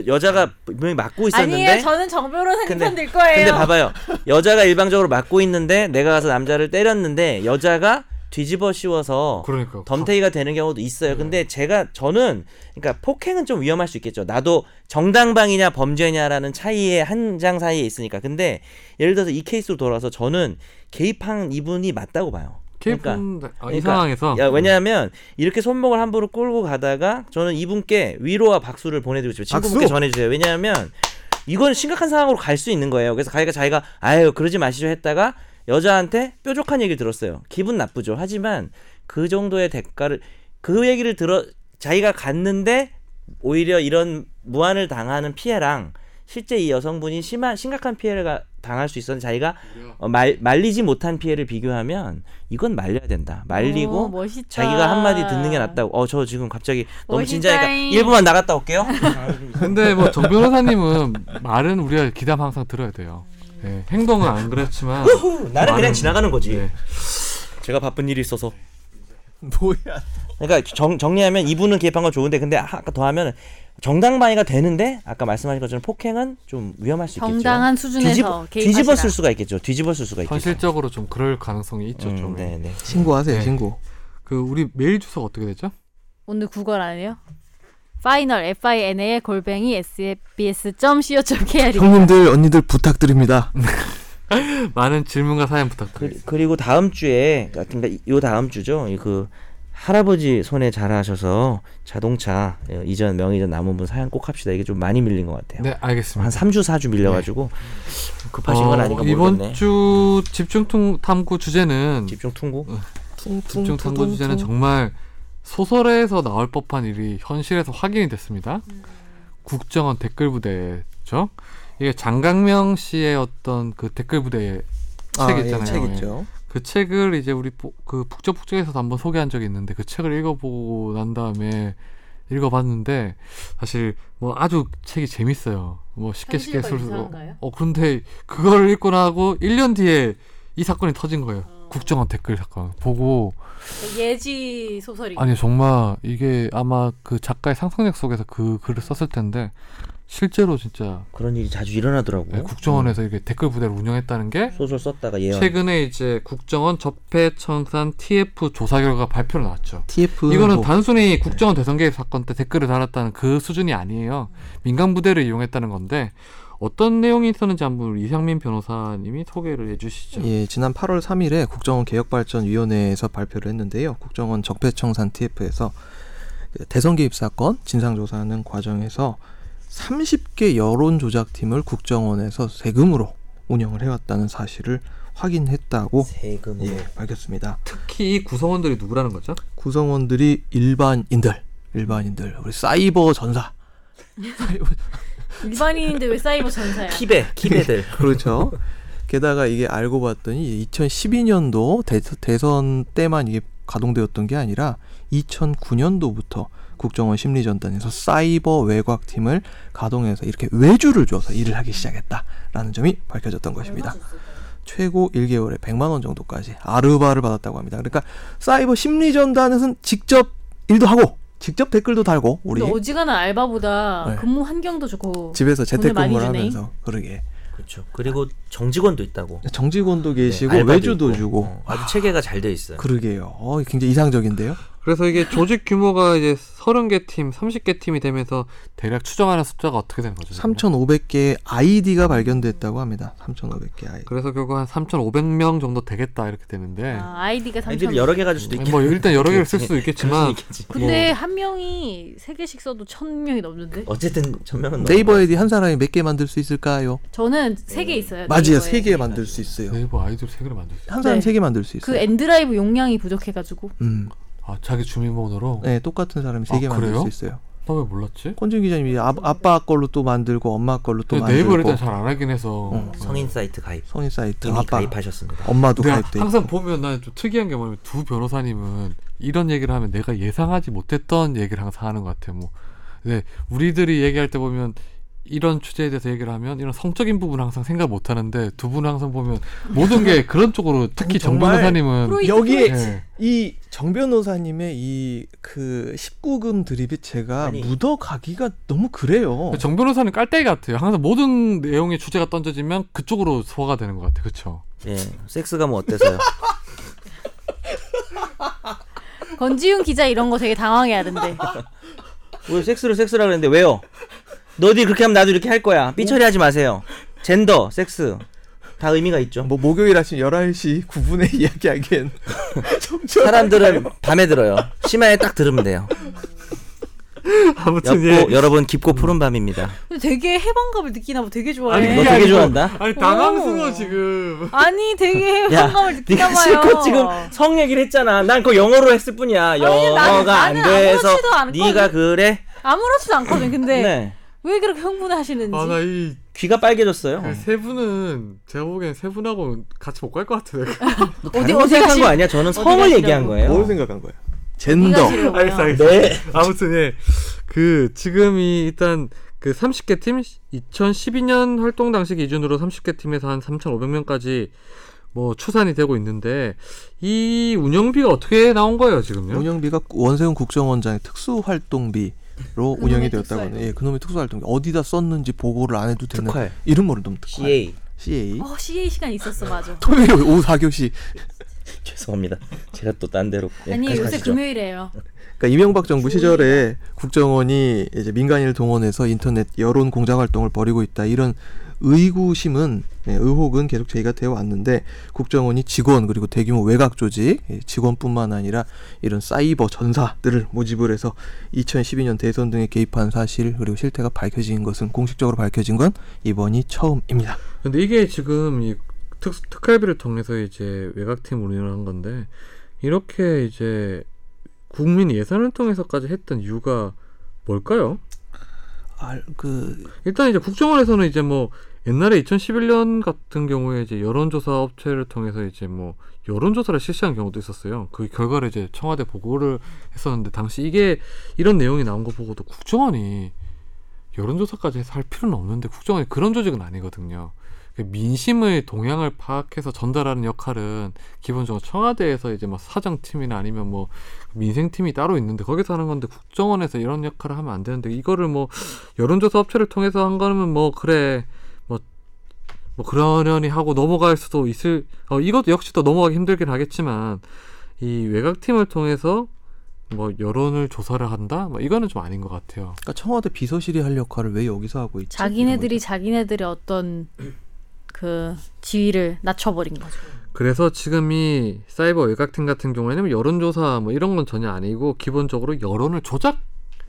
C: 여자가 분명히 맞고 있었는데.
D: 아니에요. 저는 정변호사님
C: 근데-
D: 편들 거예요.
C: 근데 봐봐요. 여자가 일방적으로 맞고 있는데 내가 가서 남자를 때렸는데 여자가 뒤집어 씌워서
A: 그러니까
C: 덤태기가 되는 경우도 있어요. 근데 제가 저는 그러니까 폭행은 좀 위험할 수 있겠죠. 나도 정당방위냐 범죄냐라는 차이의 한 장 사이에 있으니까. 근데 예를 들어서 이 케이스로 돌아와서 저는 개입한 이분이 맞다고 봐요.
A: 케이프는 아, 이
C: 그러니까-
A: 상황에서
C: 야, 왜냐하면 이렇게 손목을 함부로 끌고 가다가 저는 이분께 위로와 박수를 보내드리고 싶어요. 친구분께
B: 박수!
C: 전해주세요. 왜냐하면 이건 심각한 상황으로 갈 수 있는 거예요. 그래서 자기가 자기가 아유 그러지 마시죠 했다가 여자한테 뾰족한 얘기를 들었어요. 기분 나쁘죠. 하지만 그 정도의 대가를 그 얘기를 들어 자기가 갔는데 오히려 이런 무한을 당하는 피해랑 실제 이 여성분이 심한 심각한 피해를 가- 당할 수 있었는 자기가 어, 말, 말리지 못한 피해를 비교하면 이건 말려야 된다. 말리고
D: 오, 멋있다.
C: 자기가 한마디 듣는 게 낫다고. 어, 저 지금 갑자기 너무 진지하니까
D: 멋있다잉. 어.
C: 1분만 나갔다 올게요.
A: 근데 뭐 정 변호사님은 말은 우리가 기담 항상 들어야 돼요. 예, 행동은 안 그렇지만
C: 나는 그냥 지나가는 거지.
A: 예.
C: 제가 바쁜 일이 있어서.
B: 음. 뭐야.
C: 그러니까 정, 정리하면 이분은 기획한 건 좋은데 근데 아- 아까 더하면 정당방위가 되는데 아까 말씀하신 것처럼 폭행은 좀 위험할 수 있겠죠.
D: 정당한 수준에서
C: 뒤집,
D: 개입하시라.
C: 뒤집어 쓸 수가 있겠죠. 뒤집어 쓸 수가 있겠죠.
A: 현실적으로 좀 그럴 가능성이 있죠.
C: 음,
A: 좀.
C: 네, 네.
B: 신고하세요,
A: 네.
B: 신고.
A: 그 우리 메일 주소가 어떻게 되죠?
D: 오늘 국어를 안 해요? 파이널 f i n a 골뱅이 sbs.co.kr입니다.
B: 형님들, 언니들 부탁드립니다.
A: 음, 많은 질문과 사연
C: 그,
A: 부탁드립니다.
C: 그리고 다음 주에 그러니까 이- 요 다음 주죠. 이그 할아버지 손에 잘하셔서 자동차 예, 이전 명의전 남은 분 사연 꼭 합시다. 이게 좀 많이 밀린 것 같아요.
A: 네, 알겠습니다.
C: 한 3주 4주 밀려 가지고 급하신 건
A: 어,
C: 아닌가 모르겠네.
A: 이번 주 집중 통- 탐구 주제는
C: 집중 통고.
A: 어. 집중 탐구 주제는 정말 소설에서 나올 법한 일이 현실에서 확인이 됐습니다. 국정원 댓글 부대죠. 이게 장강명 씨의 어떤 그 댓글 부대 책 있잖아요.
B: 예, 책
A: 예.
B: 있죠.
A: 그 책을 이제 우리 뽀- 그 북적북적에서도 한번 소개한 적이 있는데 그 책을 읽어보고 난 다음에 읽어봤는데 사실 뭐 아주 책이 재밌어요. 뭐 쉽게 쉽게
D: 현실과
A: 술술-
D: 유사한가요?
A: 어 근데 그걸 읽고 나고 1년 뒤에 이 사건이 터진 거예요.
D: 아.
A: 국정원 댓글 사건 보고
D: 예지 소설이.
A: 아니 정말 이게 아마 그 작가의 상상력 속에서 그 글을 썼을 텐데 실제로 진짜
C: 그런 일이 자주 일어나더라고요.
A: 네, 국정원에서 이렇게 댓글 부대를 운영했다는 게
C: 소설 썼다가 예언.
A: 최근에 이제 국정원 적폐청산 TF 조사 결과 발표를 나왔죠.
B: TF
A: 이거는 단순히 국정원 대선 개입 사건 때 댓글을 달았다는 그 수준이 아니에요. 민간 부대를 이용했다는 건데 어떤 내용이 있었는지 한번 우리 이상민 변호사님이 소개를 해주시죠.
B: 예, 지난 8월 3일에 국정원 개혁발전위원회에서 발표를 했는데요. 국정원 적폐청산 TF에서 그 대선 개입 사건 진상조사하는 과정에서 30개 여론 조작팀을 국정원에서 세금으로 운영을 해왔다는 사실을 확인했다고
C: 세금.
B: 예, 밝혔습니다.
A: 특히 이 구성원들이 누구라는 거죠?
B: 구성원들이 일반인들, 일반인들, 우리 사이버 전사.
D: 일반인인데 왜 사이버 전사야?
C: 키베, 키베들.
B: 그렇죠. 게다가 이게 알고 봤더니 2012년도 대, 선 때만 이게 가동되었던 게 아니라 2009년도부터 국정원 심리전단에서 사이버 외곽팀을 가동해서 이렇게 외주를 줘서 일을 하기 시작했다라는 점이 밝혀졌던 것입니다. 최고 1개월에 100만 원 정도까지 아르바를 받았다고 합니다. 그러니까 사이버 심리전단에서는 직접 일도 하고 직접 댓글도 달고 우리
D: 근데 어지간한 알바보다
B: 네.
D: 근무 환경도 좋고
B: 집에서
D: 돈을 많이
B: 재택근무를
D: 주네.
B: 하면서 그러게
C: 그렇죠. 그리고 정직원도 있다고.
B: 정직원도
A: 네,
B: 계시고
C: 네, 알바도
B: 외주도
C: 있고.
B: 주고
C: 어, 아주 체계가 잘 돼 있어요.
B: 그러게요. 어, 굉장히 이상적인데요.
A: 그래서 이게 조직 규모가 이제 30개 팀, 30개 팀이 되면서 대략 추정하는 숫자가 어떻게 되는 거죠? 지금?
B: 3,500개의 아이디가 발견됐다고 합니다. 3,500개 아이디.
A: 그래서 결국 한 3,500명 정도 되겠다 이렇게 되는데
D: 아, 아이디가 3 0
C: 아이들
D: 0
C: 여러 개 가질 수도 있겠.
A: 뭐 일단 여러 개를 쓸 수도
C: 그럴 수도
A: 있겠지만 예.
C: 있겠지.
D: 근데 한 명이 세 개씩 써도 천 명이 넘는데?
C: 어쨌든 천명은
B: 네이버 아이디 한 사람이 몇 개 만들 수 있을까요?
D: 저는 세 개 있어요.
B: 맞아요.
D: 네이버에.
B: 세 개 만들 수 있어요.
A: 네이버 아이돌 세 개를 만들 수 있어요.
B: 한 사람이
D: 네.
B: 세 개 만들 수
D: 그
B: 있어요.
D: 엔드라이브 용량이 부족해가지고
B: 음.
A: 아 자기 주민번호로
B: 네, 똑같은 사람이 세
A: 아,
B: 개 만들
A: 그래요?
B: 수 있어요.
A: 나 왜 몰랐지?
B: 권준 기자님이 아, 아빠 걸로 또 만들고 엄마 걸로 또
A: 근데 네이버를
B: 만들고
A: 일단 잘 안 하긴 해서
B: 어.
C: 뭐 성인 사이트 가입.
B: 성인 사이트
C: 이미
B: 아빠
C: 가입하셨습니다.
B: 엄마도
A: 내가
B: 가입돼. 있고.
A: 항상 보면 나는 좀 특이한 게 뭐냐면 두 변호사님은 이런 얘기를 하면 내가 예상하지 못했던 얘기를 항상 하는 것 같아요. 뭐, 근데 우리들이 얘기할 때 보면 이런 주제에 대해서 얘기를 하면 이런 성적인 부분 은 항상 생각 못 하는데 두 분은 항상 보면 모든 게 그런 쪽으로 특히 정
B: 정말
A: 변호사님은
D: 프로이-
B: 여기
A: 예.
B: 이 정 변호사님의 이 그 19금 드립이 제가
C: 아니.
B: 묻어가기가 너무 그래요.
A: 그러니까 정 변호사는 깔때기 같아요. 항상 모든 내용의 주제가 던져지면 그쪽으로 소화가 되는 것 같아요. 그렇죠?
C: 예, 섹스가 뭐 어때서요?
D: 건지윤 기자 이런 거 되게 당황해야 된대.
C: 왜 섹스를 섹스라 그랬는데 왜요? 너희들이 그렇게 하면 나도 이렇게 할 거야.
D: 뭐?
C: 삐처리하지 마세요. 젠더, 섹스 다 의미가 있죠.
B: 뭐 목요일 아침 11시 9분에 이야기하기엔 정철
C: 사람들은 밤에 들어요. 심야에 딱 들으면 돼요.
A: 아무튼 예.
C: 엽고
D: 예.
C: 여러분 깊고 푸른 밤입니다.
D: 근데 되게 해방감을 느끼나 봐. 되게
A: 아니,
D: 좋아해.
C: 너
A: 이게
C: 되게
A: 아니고-
C: 좋아한다.
A: 아니
D: 당황스러워,
A: 당황스러워
D: 오.
A: 지금.
D: 아니 되게
C: 야,
D: 해방감을
C: 네가
D: 느끼나 봐요.
C: 실컷 지금 성 얘기를 했잖아. 난 그거 영어로 했을 뿐이야.
D: 나는-
C: 영어가 안
D: 나는
C: 돼서
D: 아무렇지도 않거든.
C: 네가 그래.
D: 아무렇지도 않거든. 근데
C: 네.
D: 왜 그렇게 흥분하시는지.
A: 아 나 이
C: 귀가 빨개졌어요.
A: 아, 세 분은 제가 보기엔 세 분하고 같이 못 갈 것 같아요.
C: 너
D: 어디-
C: 다른 거
D: 어디
C: 생각한
D: 가시-
C: 거 아니야? 저는
D: 어디
C: 성을
D: 가시려고?
C: 얘기한 거예요.
B: 뭘 생각한 거예요?
D: 네가
B: 네. 젠더.
D: 싫으면.
A: 알겠어, 알겠어.
C: 네.
A: 아무튼 예. 그 지금이 일단 그 30개 팀 2012년 활동 당시 기준으로 30개 팀에서 한 3,500명까지 뭐 추산이 되고 있는데 이 운영비가 어떻게 나온 거예요, 지금요?
B: 운영비가 원세훈 국정원장의 특수활동비로 운영이 되었다고
D: 특수활동.
B: 하네요. 예, 그놈의 특수활동비 어디다 썼는지 보고를 안 해도 되는
C: 특활.
B: 이름 모를 놈 특활.
C: CA.
B: CA.
D: 어 CA 시간 있었어 맞아.
B: 토요일 오후 4교시.
C: 죄송합니다. 제가 또 딴 데로. 예,
D: 아니
C: 가시-
D: 요새
C: 가시죠.
D: 금요일이에요.
B: 그러니까 이명박 정부 시절에 국정원이 이제 민간인을 동원해서 인터넷 여론 공작 활동을 벌이고 있다 이런 의구심은 예, 의혹은 계속 제기가 되어 왔는데 국정원이 직원 그리고 대규모 외곽 조직 예, 직원뿐만 아니라 이런 사이버 전사들을 모집을 해서 2012년 대선 등에 개입한 사실 그리고 실태가 밝혀진 것은 공식적으로 밝혀진 건 이번이 처음입니다.
A: 근데 이게 지금 이 특, 특활비를 통해서 이제 외곽팀 운영을 한 건데 이렇게 이제 국민 예산을 통해서까지 했던 이유가 뭘까요?
B: 아그
A: 일단 이제 국정원에서는 이제 뭐 옛날에 2011년 같은 경우에 이제 여론조사 업체를 통해서 이제 뭐 여론조사를 실시한 경우도 있었어요. 그 결과를 이제 청와대 보고를 했었는데 당시 이게 이런 내용이 나온 거 보고도 국정원이 여론조사까지 해서 할 필요는 없는데 국정원이 그런 조직은 아니거든요. 그 민심의 동향을 파악해서 전달하는 역할은 기본적으로 청와대에서 이제 뭐 사정팀이나 아니면 뭐 민생팀이 따로 있는데 거기서 하는 건데 국정원에서 이런 역할을 하면 안 되는데 이거를 뭐 여론조사 업체를 통해서 한 거면 뭐 그래 뭐, 뭐 그러려니 하고 넘어갈 수도 있을 어, 이것도 역시 또 넘어가기 힘들긴 하겠지만 이 외곽팀을 통해서 뭐 여론을 조사를 한다 뭐 이거는 좀 아닌 것 같아요.
B: 그러니까 청와대 비서실이 할 역할을 왜 여기서 하고 있지?
D: 자기네들이 자기네들의 어떤 그 지위를 낮춰버린 거죠.
A: 그래서 지금 이 사이버 외곽팀 같은 경우에는 여론조사 뭐 이런 건 전혀 아니고 기본적으로 여론을 조작을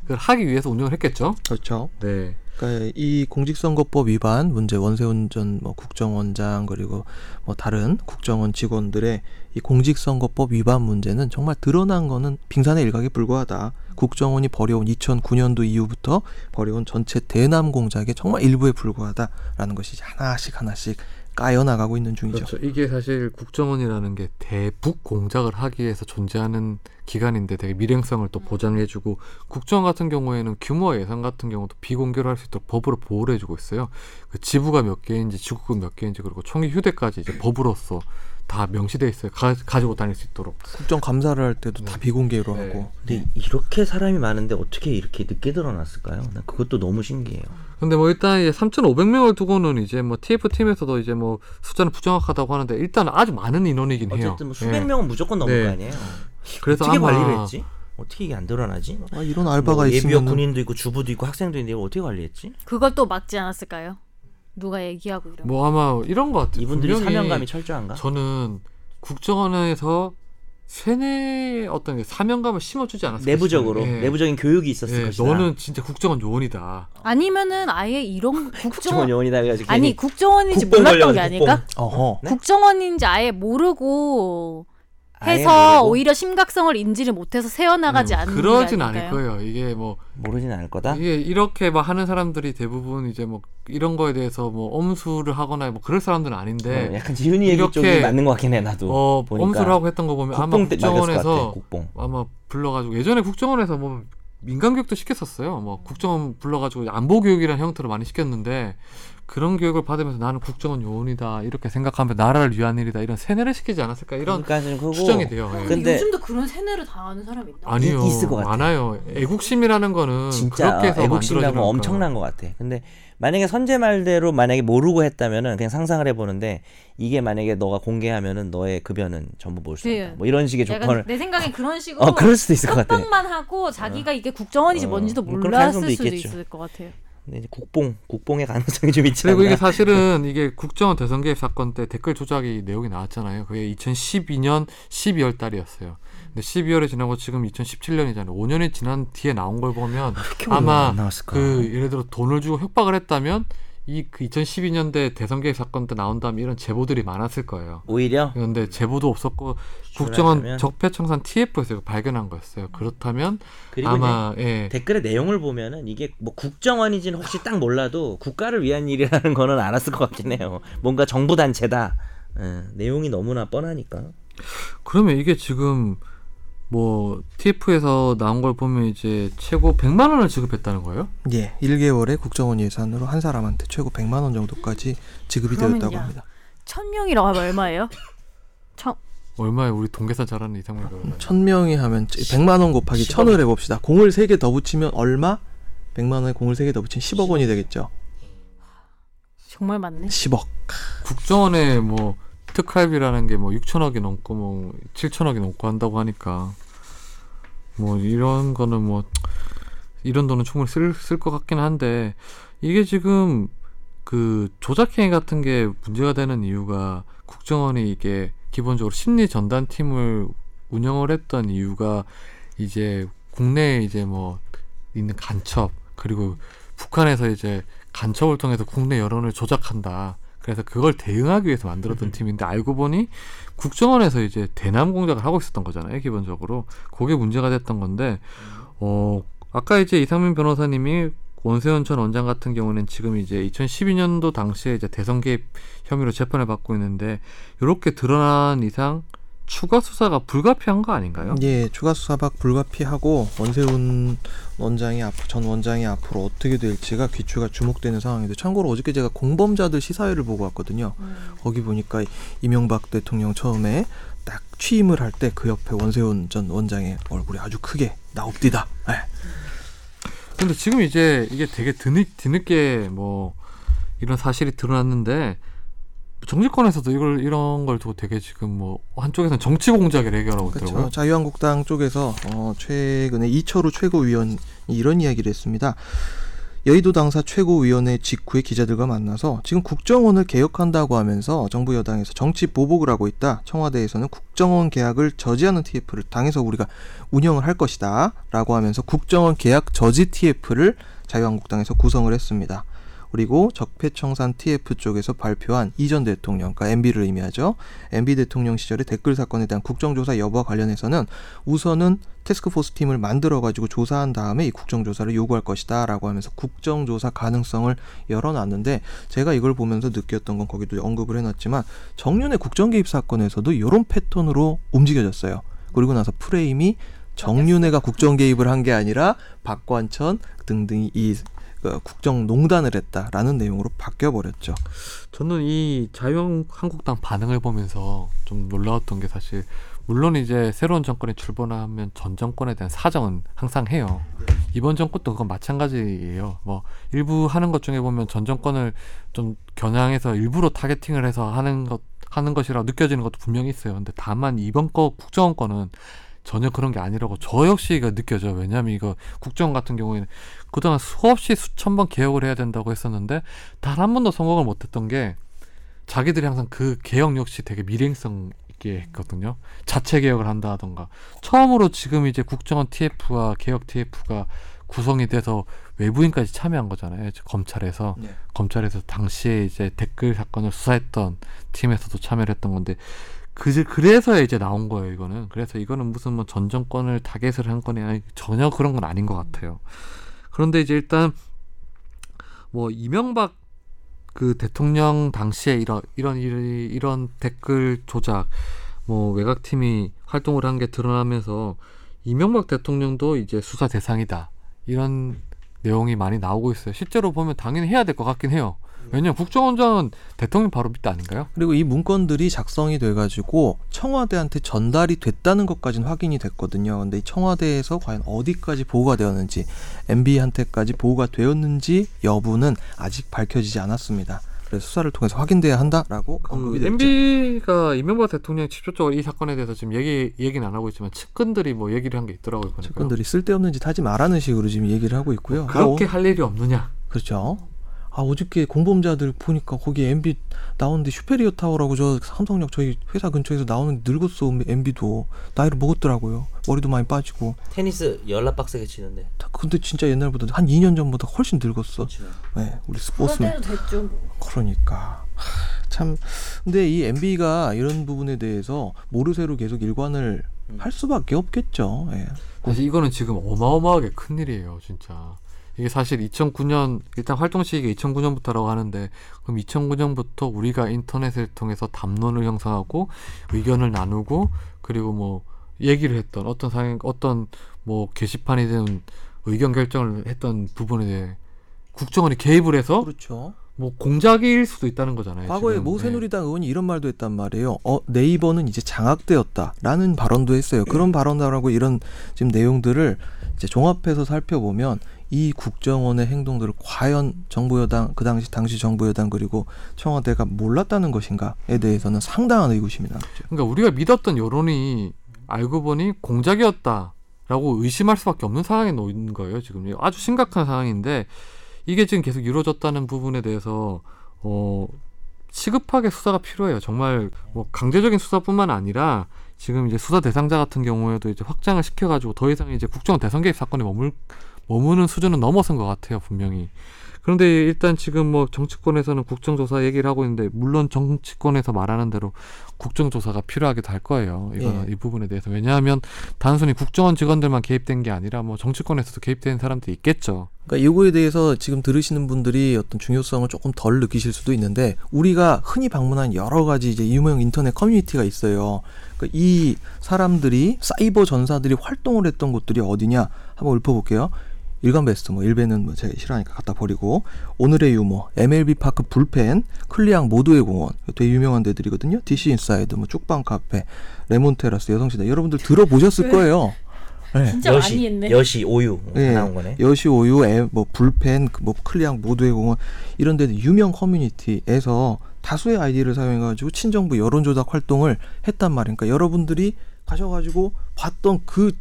A: 하기 위해서 운영을 했겠죠.
B: 그렇죠.
A: 네.
B: 그러니까 이 공직선거법 위반 문제 원세훈 전뭐 국정원장 그리고 뭐 다른 국정원 직원들의 이 공직선거법 위반 문제는 정말 드러난 거는 빙산의 일각에 불과하다. 국정원이 벌여온 2009년도 이후부터 벌여온 전체 대남 공작의 정말 일부에 불과하다라는 것이 이제 하나씩 하나씩 까여 나가고 있는 중이죠.
A: 그렇죠. 이게 사실 국정원이라는 게 대북 공작을 하기 위해서 존재하는 기관인데 되게 밀행성을 또 보장해주고 국정 같은 경우에는 규모 예산 같은 경우도 비공개로 할 수 있도록 법으로 보호를 해주고 있어요. 그 지부가 몇 개인지 지구급 몇 개인지 그리고 총기 휴대까지 이제 법으로서 다 명시돼 있어요. 가, 지고 다닐 수 있도록.
B: 국정 감사를 할 때도
C: 음.
B: 다 비공개로
A: 네.
B: 하고.
C: 근데 이렇게 사람이 많은데 어떻게 이렇게 늦게 드러났을까요? 난 그것도 너무 신기해요.
A: 근데 뭐 일단 이제 3,500명을 두고는 이제 뭐 TF 팀에서도 이제 뭐 숫자는 부정확하다고 하는데 일단 아주 많은 인원이긴 해요.
C: 어쨌든 뭐 수백
A: 예.
C: 명은 무조건 넘을
A: 네.
C: 거 아니에요.
A: 그래서
C: 어떻게
A: 아마
C: 관리를 했지? 어떻게 이게 안 드러나지?
B: 아, 이런 알바가
C: 뭐 예비역
B: 있으면
C: 군인도 있고 주부도 있고 학생도 있는데 이걸 어떻게 관리했지?
D: 그걸 또 막지 않았을까요? 누가 얘기하고 이런.
A: 뭐 아마 이런 것 같아요.
C: 이분들이
A: 분명히
C: 사명감이 철저한가?
A: 저는 국정원에서 세뇌의 어떤 게 사명감을 심어주지 않았을까
C: 내부적으로
A: 싶어요. 예.
C: 내부적인 교육이 있었을
A: 예,
C: 것이다.
A: 너는 진짜 국정원 요원이다.
D: 아니면은 아예 이런
C: 그 국정원
D: 국정원
C: 요원이다 그래가지고
D: 아니
C: 괜히
D: 국정원인지
C: 국뽕
D: 몰랐던 게
C: 걸려가지고
D: 아닐까?
C: 국뽕.
B: 어허.
C: 네?
D: 국정원인지 아예 모르고
C: 아예
D: 해서
C: 모르고
D: 오히려 심각성을 인지를 못해서 세어나가지
A: 예, 뭐
D: 않는
A: 그러진
D: 게
A: 않을
D: 아닐까요?
A: 거예요. 이게 뭐
C: 모르진 않을 거다.
A: 이게 이렇게 막 하는 사람들이 대부분 이제 뭐 이런 거에 대해서 뭐 엄수를 하거나 뭐 그럴 사람들은 아닌데
C: 어, 약간 지훈이 얘기
A: 이렇게-
C: 쪽이 맞는 것 같긴 해 나도.
A: 어
C: 보니까
A: 엄수를 하고 했던 거 보면 아마
C: 국뽕 때 맞았을 것 같아.
A: 국정원에서
C: 국뽕.
A: 아마 불러가지고 예전에 국정원에서 뭐 민간 교육도 시켰었어요. 뭐 국정원 불러가지고 안보 교육이라는 형태로 많이 시켰는데 그런 교육을 받으면서 나는 국정원 요원이다 이렇게 생각하면 나라를 위한 일이다 이런 세뇌를 시키지 않았을까 이런
C: 그러니까는 그거
A: 추정이 돼요. 예.
C: 근데-
D: 요즘도 그런 세뇌를 당하는 사람이 있나?
A: 아니요,
C: 있을 것 같아요.
A: 많아요. 애국심이라는 거는
C: 진짜
A: 그렇게 해서
C: 애국심이라고
A: 만들어지는
C: 엄청난 것 같아. 근데 만약에 선제 말대로 만약에 모르고 했다면은 그냥 상상을 해보는데 이게 만약에 너가 공개하면은 너의 급여는 전부 모을 수
D: 예.
C: 있다. 뭐 이런 식의
D: 약간
C: 조건을
D: 내 생각엔 그런 식으로
C: 어 그럴 수도 있을 것 같아.
D: 협박만 하고 자기가 이게 국정원인지
C: 어,
D: 뭔지도
C: 뭐 그런 가능성도
D: 몰랐을 수도
C: 있겠죠.
D: 있을 것 같아요.
C: 근데 이제 국뽕 국뽕의 가능성이 좀 있지 않나.
A: 그리고 이게 사실은 이게 국정원 대선 개입 사건 때 댓글 조작이 내용이 나왔잖아요. 그게 2012년 12월 달이었어요. 근데 12월이 지나고 지금 2017년이잖아요. 5년이 지난 뒤에 나온 걸 보면 아마
C: 나왔을까?
A: 그 예를 들어 돈을 주고 협박을 했다면 이 그 2012년대 대선 개입 사건 때 나온 다음 이런 제보들이 많았을 거예요.
C: 오히려
A: 그런데 제보도 없었고
C: 줄라면?
A: 국정원 적폐청산 TF에서 발견한 거였어요. 그렇다면
C: 그리고
A: 아마
C: 이제
A: 예.
C: 댓글의 내용을 보면은 이게 뭐 국정원인지는 혹시 딱 몰라도 국가를 위한 일이라는 거는 알았을 것 같긴 해요. 뭔가 정부 단체다. 예, 내용이 너무나 뻔하니까.
A: 그러면 이게 지금 뭐 TF에서 나온 걸 보면 이제 최고 100만 원을 지급했다는 거예요?
B: 예, 1개월에 국정원 예산으로 한 사람한테 최고 100만 원 정도까지 지급이 되었다고
D: 그러면요.
B: 합니다.
D: 천 명이라고 하면 얼마예요? 천
A: 얼마에 우리 동계산 잘하는 이상민 변호사.
B: 천명이 하면 100만 원 곱하기
C: 10억.
B: 천을 해 봅시다. 공을 세 개 더 붙이면 얼마? 100만 원에 공을 세 개 더 붙이면 10억 원이 되겠죠.
D: 정말 많네.
B: 10억.
A: 국정원에 뭐 특활비라는 게 뭐 6천억이 넘고 뭐 7천억이 넘고 한다고 하니까 뭐 이런 거는 뭐 이런 돈은 충분히 쓸 것 같긴 한데 이게 지금 그 조작행위 같은 게 문제가 되는 이유가 국정원이 이게 기본적으로 심리 전단 팀을 운영을 했던 이유가 이제 국내에 이제 뭐 있는 간첩 그리고 북한에서 이제 간첩을 통해서 국내 여론을 조작한다. 그래서 그걸 대응하기 위해서 만들었던 팀인데 알고 보니 국정원에서 이제 대남 공작을 하고 있었던 거잖아요. 기본적으로 그게 문제가 됐던 건데 어 아까 이제 이상민 변호사님이 원세현 전 원장 같은 경우는 지금 이제 2012년도 당시에 이제 대선 개입 혐의로 재판을 받고 있는데 이렇게 드러난 이상 추가 수사가 불가피한 거 아닌가요?
B: 예, 추가 수사박 불가피하고 원세훈 원장이 앞, 전 원장이 앞으로 어떻게 될지가 귀추가 주목되는 상황인데 참고로 어저께 제가 공범자들 시사회를 보고 왔거든요. 거기 보니까 이명박 대통령 처음에 딱 취임을 할 때 그 옆에 원세훈 전 원장의 얼굴이 아주 크게 나옵디다. 예.
A: 근데 지금 이제 이게 되게 드늦, 뒤늦게 뭐 이런 사실이 드러났는데 정치권에서도 이걸 이런 걸 두고 되게 지금 뭐 한쪽에서는 정치 공작을 해결하고 있더라고요.
B: 그렇죠. 자유한국당 쪽에서 어, 최근에 이철우 최고위원이 이런 이야기를 했습니다. 여의도 당사 최고위원회 직후에 기자들과 만나서 지금 국정원을 개혁한다고 하면서 정부 여당에서 정치 보복을 하고 있다. 청와대에서는 국정원 개혁을 저지하는 TF를 당에서 우리가 운영을 할 것이다. 라고 하면서 국정원 개혁 저지 TF를 자유한국당에서 구성을 했습니다. 그리고 적폐청산 TF 쪽에서 발표한 이전 대통령, 그러니까 MB를 의미하죠. MB 대통령 시절의 댓글 사건에 대한 국정조사 여부와 관련해서는 우선은 태스크포스 팀을 만들어가지고 조사한 다음에 이 국정조사를 요구할 것이다 라고 하면서 국정조사 가능성을 열어놨는데 제가 이걸 보면서 느꼈던 건 거기도 언급을 해놨지만 정윤의 국정개입 사건에서도 이런 패턴으로 움직여졌어요. 그리고 나서 프레임이 정윤회가 국정개입을 한 게 아니라 박관천 등등이 이 어, 국정농단을 했다라는 내용으로 바뀌어버렸죠.
A: 저는 이 자유한국당 반응을 보면서 좀 놀라웠던 게 사실 물론 이제 새로운 정권이 출범하면 전 정권에 대한 사정은 항상 해요. 이번 정권도 그건 마찬가지예요. 뭐 일부 하는 것 중에 보면 전 정권을 좀 겨냥해서 일부러 타겟팅을 해서 하는 것 하는 것이라 느껴지는 것도 분명히 있어요. 근데 다만 이번 거 국정원 거는 전혀 그런 게 아니라고 저 역시 이거 느껴져요. 왜냐하면 이거 국정원 같은 경우에는 그동안 수없이 수천 번 개혁을 해야 된다고 했었는데 단 한 번도 성공을 못했던 게 자기들이 항상 그 개혁 역시 되게 밀행성 있게 했거든요. 자체 개혁을 한다던가 처음으로 지금 이제 국정원 TF와 개혁 TF가 구성이 돼서 외부인까지 참여한 거잖아요. 이제 검찰에서
B: 네.
A: 검찰에서 당시에 이제 댓글 사건을 수사했던 팀에서도 참여를 했던 건데 그 그래서 이제 나온 거예요. 이거는 그래서 이거는 무슨 뭐 전 정권을 타겟을 한 거냐 아니, 전혀 그런 건 아닌 것 같아요. 그런데 이제 일단 뭐 이명박 그 대통령 당시에 이런 이런 일이- 이런 댓글 조작 뭐 외곽팀이 활동을 한 게 드러나면서 이명박 대통령도 이제 수사 대상이다 이런 내용이 많이 나오고 있어요. 실제로 보면 당연히 해야 될 것 같긴 해요. 왜냐면 국정원장은 대통령 바로 밑에 아닌가요?
B: 그리고 이 문건들이 작성이 돼가지고 청와대한테 전달이 됐다는 것까지는 확인이 됐거든요. 근데 이 청와대에서 과연 어디까지 보고가 되었는지, MB한테까지 보고가 되었는지 여부는 아직 밝혀지지 않았습니다. 그래서 수사를 통해서 확인돼야 한다라고
A: 그
B: 언급이 됐죠.
A: MB가 이명박 대통령 직접적으로 이 사건에 대해서 지금 얘기 얘기는 안 하고 있지만 측근들이 뭐 얘기를 한 게 있더라고요. 보니까.
B: 측근들이 쓸데없는 짓 하지 말라는 식으로 지금 얘기를 하고 있고요.
A: 뭐
B: 어,
A: 그렇게 할 일이 없느냐?
B: 그렇죠. 아 어저께 공범자들 보니까 거기 MB 나오는데 슈페리어 타워라고 저 삼성역 저희 회사 근처에서 나오는 늙었어 MB도 나이를 먹었더라고요. 머리도 많이 빠지고.
E: 테니스 열라 빡세게 치는데.
B: 다- 근데 진짜 옛날보다 한 2년 전보다 훨씬 늙었어.
E: 그렇죠.
B: 네, 우리
D: 그럴
B: 스포츠.
D: 때도 됐죠. 뭐.
B: 그러니까 하, 참. 근데 이 MB가 이런 부분에 대해서 모르쇠로 계속 일관을
E: 음.
B: 할 수밖에 없겠죠. 예.
A: 사실 이거는 지금 어마어마하게 큰 일이에요, 진짜. 이게 사실 2009년 일단 활동 시기가 2009년부터라고 하는데 그럼 2009년부터 우리가 인터넷을 통해서 담론을 형성하고 의견을 나누고 그리고 뭐 얘기를 했던 어떤 상황 어떤 뭐 게시판이든 의견 결정을 했던 부분에 대해 국정원이 개입을 해서
B: 그렇죠.
A: 뭐 공작일 수도 있다는 거잖아요.
B: 과거에
A: 지금.
B: 모
A: 네.
B: 새누리당 의원이 이런 말도 했단 말이에요. 어, 네이버는 이제 장악되었다라는 발언도
A: 예.
B: 했어요. 그런 발언하고 이런 지금 내용들을 이제 종합해서 살펴보면 이 국정원의 행동들을 과연 정부 여당 그 당시 당시 정부 여당 그리고 청와대가 몰랐다는 것인가에 대해서는 상당한 의구심이 나죠.
A: 그러니까 우리가 믿었던 여론이 알고 보니 공작이었다라고 의심할 수밖에 없는 상황에 놓인 거예요 지금 아주 심각한 상황인데 이게 지금 계속 이루어졌다는 부분에 대해서 어 시급하게 수사가 필요해요 정말 뭐 강제적인 수사뿐만 아니라 지금 이제 수사 대상자 같은 경우에도 이제 확장을 시켜가지고 더 이상 이제 국정원 대선 개입 사건에 머물 머무는 수준은 넘어선 것 같아요 분명히 그런데 일단 지금 뭐 정치권에서는 국정조사 얘기를 하고 있는데 물론 정치권에서 말하는 대로 국정조사가 필요하기도 할 거예요. 이거는
B: 예.
A: 이 부분에 대해서 왜냐하면 단순히 국정원 직원들만 개입된 게 아니라 뭐 정치권에서도 개입된 사람들이 있겠죠.
B: 그러니까 이거에 대해서 지금 들으시는 분들이 어떤 중요성을 조금 덜 느끼실 수도 있는데 우리가 흔히 방문한 여러 가지 이제 유명 인터넷 커뮤니티가 있어요. 그러니까 이 사람들이 사이버 전사들이 활동을 했던 곳들이 어디냐 한번 읊어볼게요. 일간 베스트 뭐 일베는 뭐 제가 싫어하니까 갖다 버리고 오늘의 유머 MLB 파크 불펜 클리앙 모두의 공원 되게 유명한 데들이거든요. DC 인사이드 뭐 쭉방 카페 레몬 테라스 여성시대 여러분들 들어보셨을 거예요. 네.
D: 진짜 많이 했네.
E: 여시 오유 뭐 다 나온 거네.
B: 예. 여시 오유, 앱, 뭐 불펜, 그뭐 클리앙 모두의 공원 이런 데 유명 커뮤니티에서 다수의 아이디를 사용해 가지고 친정부 여론 조작 활동을 했단 말이니까 여러분들이 가셔 가지고 봤던 그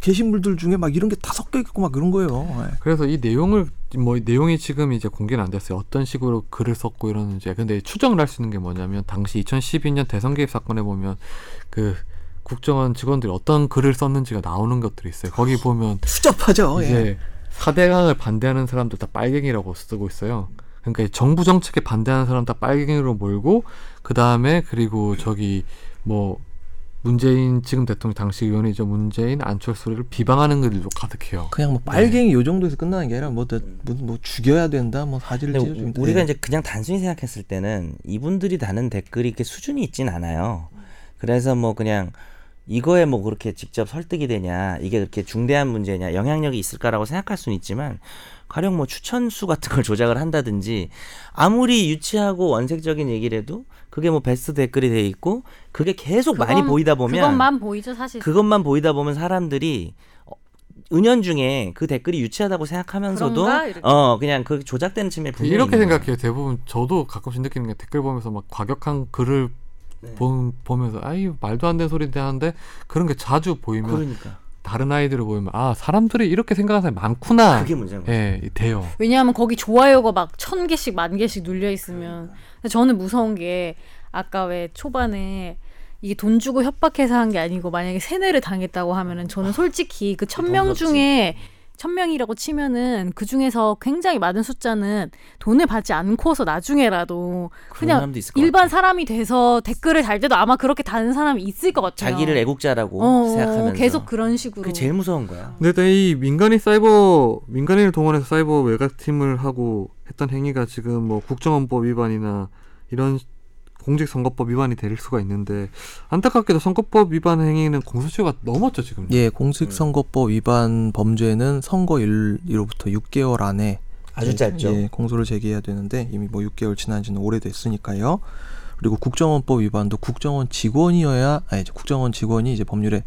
B: 게시물들 중에 막 이런 게 다 섞여 있고 막 그런 거예요. 예.
A: 그래서 이 내용을 뭐이 내용이 지금 이제 공개는 안 됐어요. 어떤 식으로 글을 썼고 이러는지. 근데 추정을 할 수 있는 게 뭐냐면 당시 2012년 대선 개입 사건에 보면 그 국정원 직원들이 어떤 글을 썼는지가 나오는 것들이 있어요. 거기 보면
B: 추접하죠. 예.
A: 이제 사대강을 반대하는 사람들 다 빨갱이라고 쓰고 있어요. 그러니까 정부 정책에 반대하는 사람 다 빨갱이로 몰고 그 다음에 그리고 저기 뭐 문재인 지금 대통령 당시 의원이죠 문재인 안철수를 비방하는 글들도 가득해요.
B: 그냥 뭐
E: 네.
B: 빨갱이 요 정도에서 끝나는 게 아니라 뭐, 더- 뭐, 뭐 죽여야 된다, 뭐
E: 음.
B: 사지를
E: 근데
B: 찢어주면
E: 우리가
B: 돼.
E: 이제 그냥 단순히 생각했을 때는 이분들이 다는 댓글이 이렇게 수준이 있진 않아요. 그래서 뭐 그냥 이거에 뭐 그렇게 직접 설득이 되냐, 이게 그렇게 중대한 문제냐, 영향력이 있을까라고 생각할 수는 있지만 가령 뭐 추천수 같은 걸 조작을 한다든지 아무리 유치하고 원색적인 얘기를 해도 그게 뭐 베스트 댓글이 돼 있고 그게 계속 많이
D: 그건-
E: 보이다 보면
D: 그것만 보이죠 사실.
E: 그것만 보이다 보면 사람들이 어, 은연중에 그 댓글이 유치하다고 생각하면서도
D: 그런가? 이렇게.
E: 어 그냥 그 조작되는 측면이 분명히
A: 이렇게
E: 있는 거야.
A: 생각해요. 대부분 저도 가끔씩 느끼는 게 댓글 보면서 막 과격한 글을
E: 네.
A: 보, 보면서 아이 말도 안 되는 소리인데 하는데 그런 게 자주 보이면
E: 그러니까
A: 다른 아이들을 보면 아 사람들이 이렇게 생각하는 사람이 많구나.
E: 그게 문제인 거야.
A: 예 돼요.
D: 왜냐하면 거기 좋아요가 막 천 개씩 만 개씩 눌려
C: 음.
D: 있으면 근데 저는 무서운 게 아까 왜 초반에 이게 돈 주고 협박해서 한 게 아니고 만약에 세뇌를 당했다고 하면은 저는 솔직히
E: 아,
D: 그 천 명
E: 무섭지.
D: 중에 천 명이라고 치면은 그 중에서 굉장히 많은 숫자는 돈을 받지 않고서 나중에라도
E: 그런
D: 그냥
E: 사람도 있을 것
D: 일반
E: 같아.
D: 사람이 돼서 댓글을 달 때도 아마 그렇게 다는 사람이 있을 것 같아요.
E: 자기를 애국자라고
D: 어,
E: 생각하면서
D: 계속 그런 식으로
E: 그게 제일 무서운 거야.
A: 근데 일단 이 민간인 사이버 민간인을 동원해서 사이버 외곽 팀을 하고 했던 행위가 지금 뭐 국정원법 위반이나 이런 공직선거법 위반이 될 수가 있는데 안타깝게도 선거법 위반 행위는 공소시효가 넘었죠 지금.
B: 예, 공직선거법 위반 범죄는 선거일로부터 6개월 안에
C: 아주 짧죠.
B: 예, 공소를 제기해야 되는데 이미 뭐 6개월 지난지는 오래됐으니까요. 그리고 국정원법 위반도 국정원 직원이어야 아니 이제 국정원 직원이 이제 법률에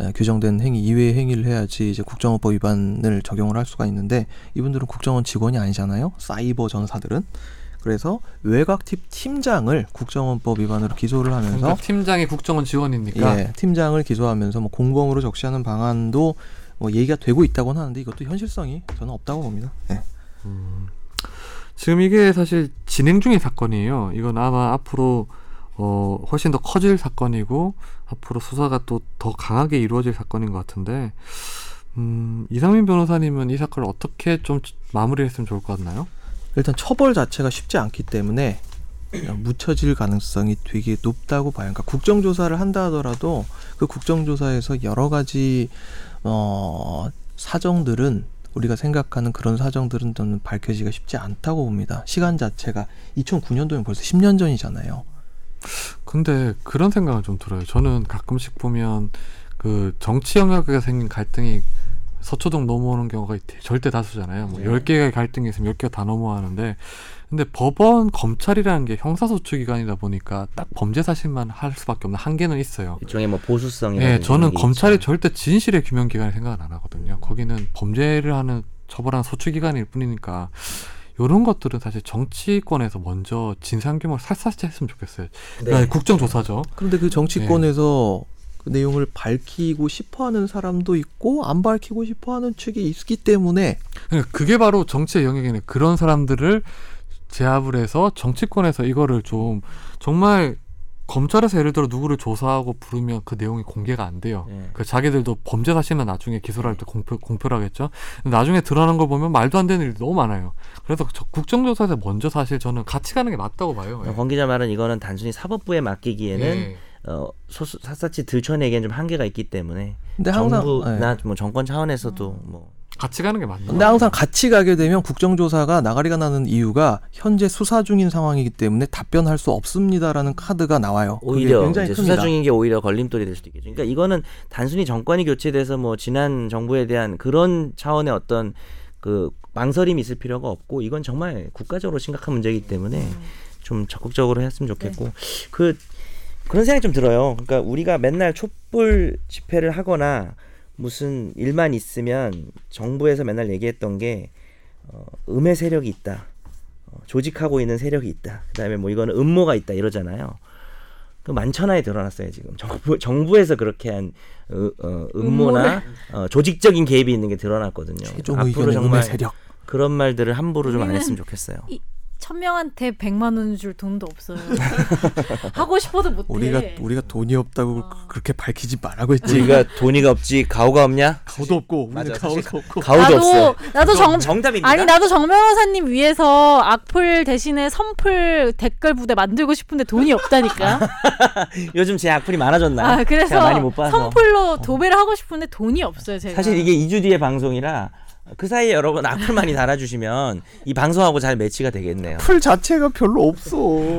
B: 에, 규정된 행위 이외의 행위를 해야지 이제 국정원법 위반을 적용을 할 수가 있는데 이분들은 국정원 직원이 아니잖아요. 사이버 전사들은 그래서 외곽팀 팀장을 국정원법 위반으로 기소를 하면서
A: 그러니까 팀장이 국정원 지원이니까
B: 예, 팀장을 기소하면서 뭐 공범으로 적시하는 방안도 뭐 얘기가 되고 있다고는 하는데 이것도 현실성이 저는 없다고 봅니다. 예.
A: 지금 이게 사실 진행 중인 사건이에요. 이건 아마 앞으로 어, 훨씬 더 커질 사건이고 앞으로 수사가 또 더 강하게 이루어질 사건인 것 같은데 음, 이상민 변호사님은 이 사건을 어떻게 좀 마무리했으면 좋을 것 같나요?
B: 일단 처벌 자체가 쉽지 않기 때문에 그냥 묻혀질 가능성이 되게 높다고 봐요. 그러니까 국정조사를 한다 하더라도 그 국정조사에서 여러 가지 어, 사정들은 우리가 생각하는 그런 사정들은 저는 밝혀지기가 쉽지 않다고 봅니다. 시간 자체가 2009년도면 벌써 10년 전이잖아요.
A: 근데 그런 생각은 좀 들어요. 저는 가끔씩 보면 그 정치 영역에 생긴 갈등이 서초동 넘어오는 경우가 대- 절대 다수잖아요. 뭐 10개의 갈등이 있으면 10개가 다 넘어가는데 근데 법원 검찰이라는 게 형사소추 기관이다 보니까 딱 범죄 사실만 할 수밖에 없는 한계는 있어요.
C: 일종의 뭐 보수성이.
A: 예, 저는 검찰이
C: 네.
A: 절대 진실의 규명 기관을 생각은 안 하거든요. 거기는 범죄를 하는 처벌한 소추 기관일 뿐이니까 이런 것들은 사실 정치권에서 먼저 진상 규모를 살사시 했으면 좋겠어요.
C: 네.
A: 그러니까 국정조사죠.
B: 그런데 그 정치권에서 그 내용을 밝히고 싶어하는 사람도 있고 안 밝히고 싶어하는 측이 있기 때문에
A: 그러니까 그게 바로 정치의 영역이네. 그런 사람들을 제압을 해서 정치권에서 이거를 좀 정말 검찰에서 예를 들어 누구를 조사하고 부르면 그 내용이 공개가 안 돼요.
C: 네.
E: 네.
A: 그 자기들도 범죄 사실만 나중에 기소를 할 때 공표, 공표를 하겠죠. 근데 나중에 드러나는 걸 보면 말도 안 되는 일이 너무 많아요. 그래서 저- 국정조사에서 먼저 사실 저는 같이 가는 게 맞다고 봐요.
E: 어,
A: 예.
C: 권 기자 말은 이거는 단순히 사법부에 맡기기에는
A: 예.
C: 어, 소수, 샅샅이 들춰내기엔 좀 한계가 있기 때문에
B: 근데 항상 예.
C: 정부나 뭐 정권 차원에서도
D: 음.
C: 뭐
A: 같이 가는 게 맞는
B: 근데 항상 같이 가게 되면 국정조사가 나가리가 나는 이유가 현재 수사 중인 상황이기 때문에 답변할 수 없습니다라는 카드가 나와요. 그게
C: 오히려
B: 굉장히
C: 이제
B: 큽니다.
C: 수사 중인 게 오히려 걸림돌이 될 수도 있겠죠. 그러니까 이거는 단순히 정권이 교체돼서 뭐 지난 정부에 대한 그런 차원의 어떤 그 망설임이 있을 필요가 없고 이건 정말 국가적으로 심각한 문제이기 때문에 좀 적극적으로 했으면 좋겠고 그 그런 생각이 좀 들어요. 그러니까 우리가 맨날 촛불 집회를 하거나 무슨 일만 있으면 정부에서 맨날 얘기했던 게 어, 음해 세력이 있다. 어, 조직하고 있는 세력이 있다. 그다음에 뭐 이거는 음모가 있다 이러잖아요. 그 만천하에 드러났어요 지금 정부 정부에서 그렇게 한 으, 어, 음모나 어, 조직적인 개입이 있는 게 드러났거든요.
B: 최종
C: 앞으로
B: 의견의
C: 정말
B: 음의 세력.
C: 그런 말들을 함부로 좀 안
D: 우리는
C: 했으면 좋겠어요.
D: 천 명한테 백만 원 줄 돈도 없어요. 하고 싶어도 못해.
B: 우리가 우리가 돈이 없다고 그- 그렇게 밝히지 말라고 했지.
C: 우리가 돈이 없지 가오가 없냐?
B: 가오도 없고 우리는
C: 네. 맞아,
B: 가오도
C: 사실-
B: 없고.
C: 가오도 없어.
D: 나도 정
C: 정답입니다.
D: 아니 나도 정 변호사님 위해서 악플 대신에 선플 댓글 부대 만들고 싶은데 돈이 없다니까.
C: 요즘 제 악플이 많아졌나? 제가
D: 아
C: 많이
D: 그래서
C: 못 봐서. 어.
D: 선플로 도배를 하고 싶은데 돈이 없어요 제가.
C: 사실 이게 2주 뒤에 방송이라 그 사이에 여러분 악플 많이 달아주시면 이 방송하고 잘 매치가 되겠네요.
B: 풀 자체가 별로 없어.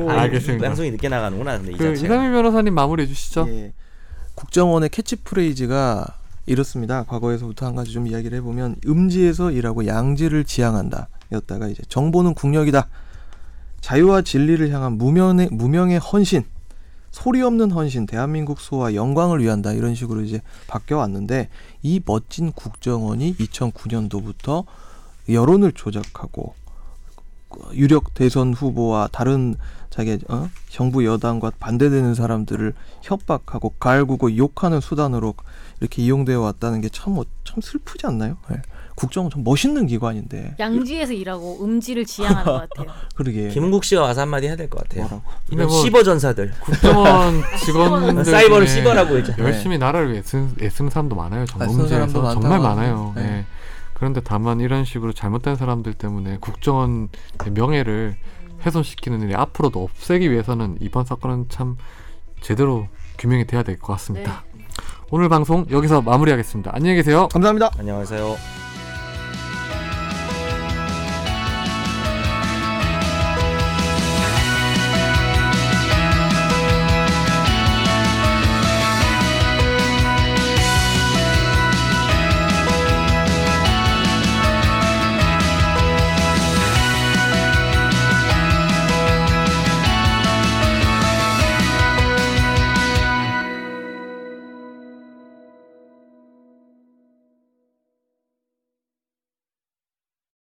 C: 아, 이
A: 알겠습니다.
C: 방송이 늦게 나가는구나. 근데 이
A: 그
C: 자체가.
A: 이상민 변호사님 마무리해 주시죠.
B: 예. 국정원의 캐치프레이즈가 이렇습니다. 과거에서부터 한 가지 좀 이야기를 해보면 음지에서 일하고 양지를 지향한다. 였다가 이제 정보는 국력이다. 자유와 진리를 향한 무면의 무명의 헌신, 소리 없는 헌신, 대한민국 소와 영광을 위한다 이런 식으로 이제 바뀌어 왔는데 이 멋진 국정원이 2009년도부터 여론을 조작하고 유력 대선 후보와 다른 자기 어? 정부 여당과 반대되는 사람들을 협박하고 갈구고 욕하는 수단으로 이렇게 이용되어 왔다는 게 참 뭐, 참 슬프지 않나요? 예. 국정원 참 멋있는 기관인데
D: 양지에서 일하고 음지를 지향하는 것 같아요.
B: 그러게
C: 김국 씨가 와서 한마디 해야 될 것 같아요.
B: 뭐라고.
A: 근데
C: 이런
A: 뭐-
C: 시버 전사들.
A: 국정원 직원들
C: 사이버를
A: 중에
C: 씹어라고 했죠.
A: 열심히 나라를 위해 애쓴, 애쓴 사람도 많아요. 정보
B: 애쓴
A: 문제에서
B: 사람도
A: 정말
B: 많다고
A: 많아요.
B: 하죠.
A: 예.
B: 네.
A: 그런데 다만 이런 식으로 잘못된 사람들 때문에 국정원 명예를 훼손시키는 일이 앞으로도 없애기 위해서는 이번 사건은 참 제대로 규명이 돼야 될 것 같습니다. 오늘 방송 여기서 마무리하겠습니다. 안녕히 계세요.
B: 감사합니다.
C: 안녕하세요.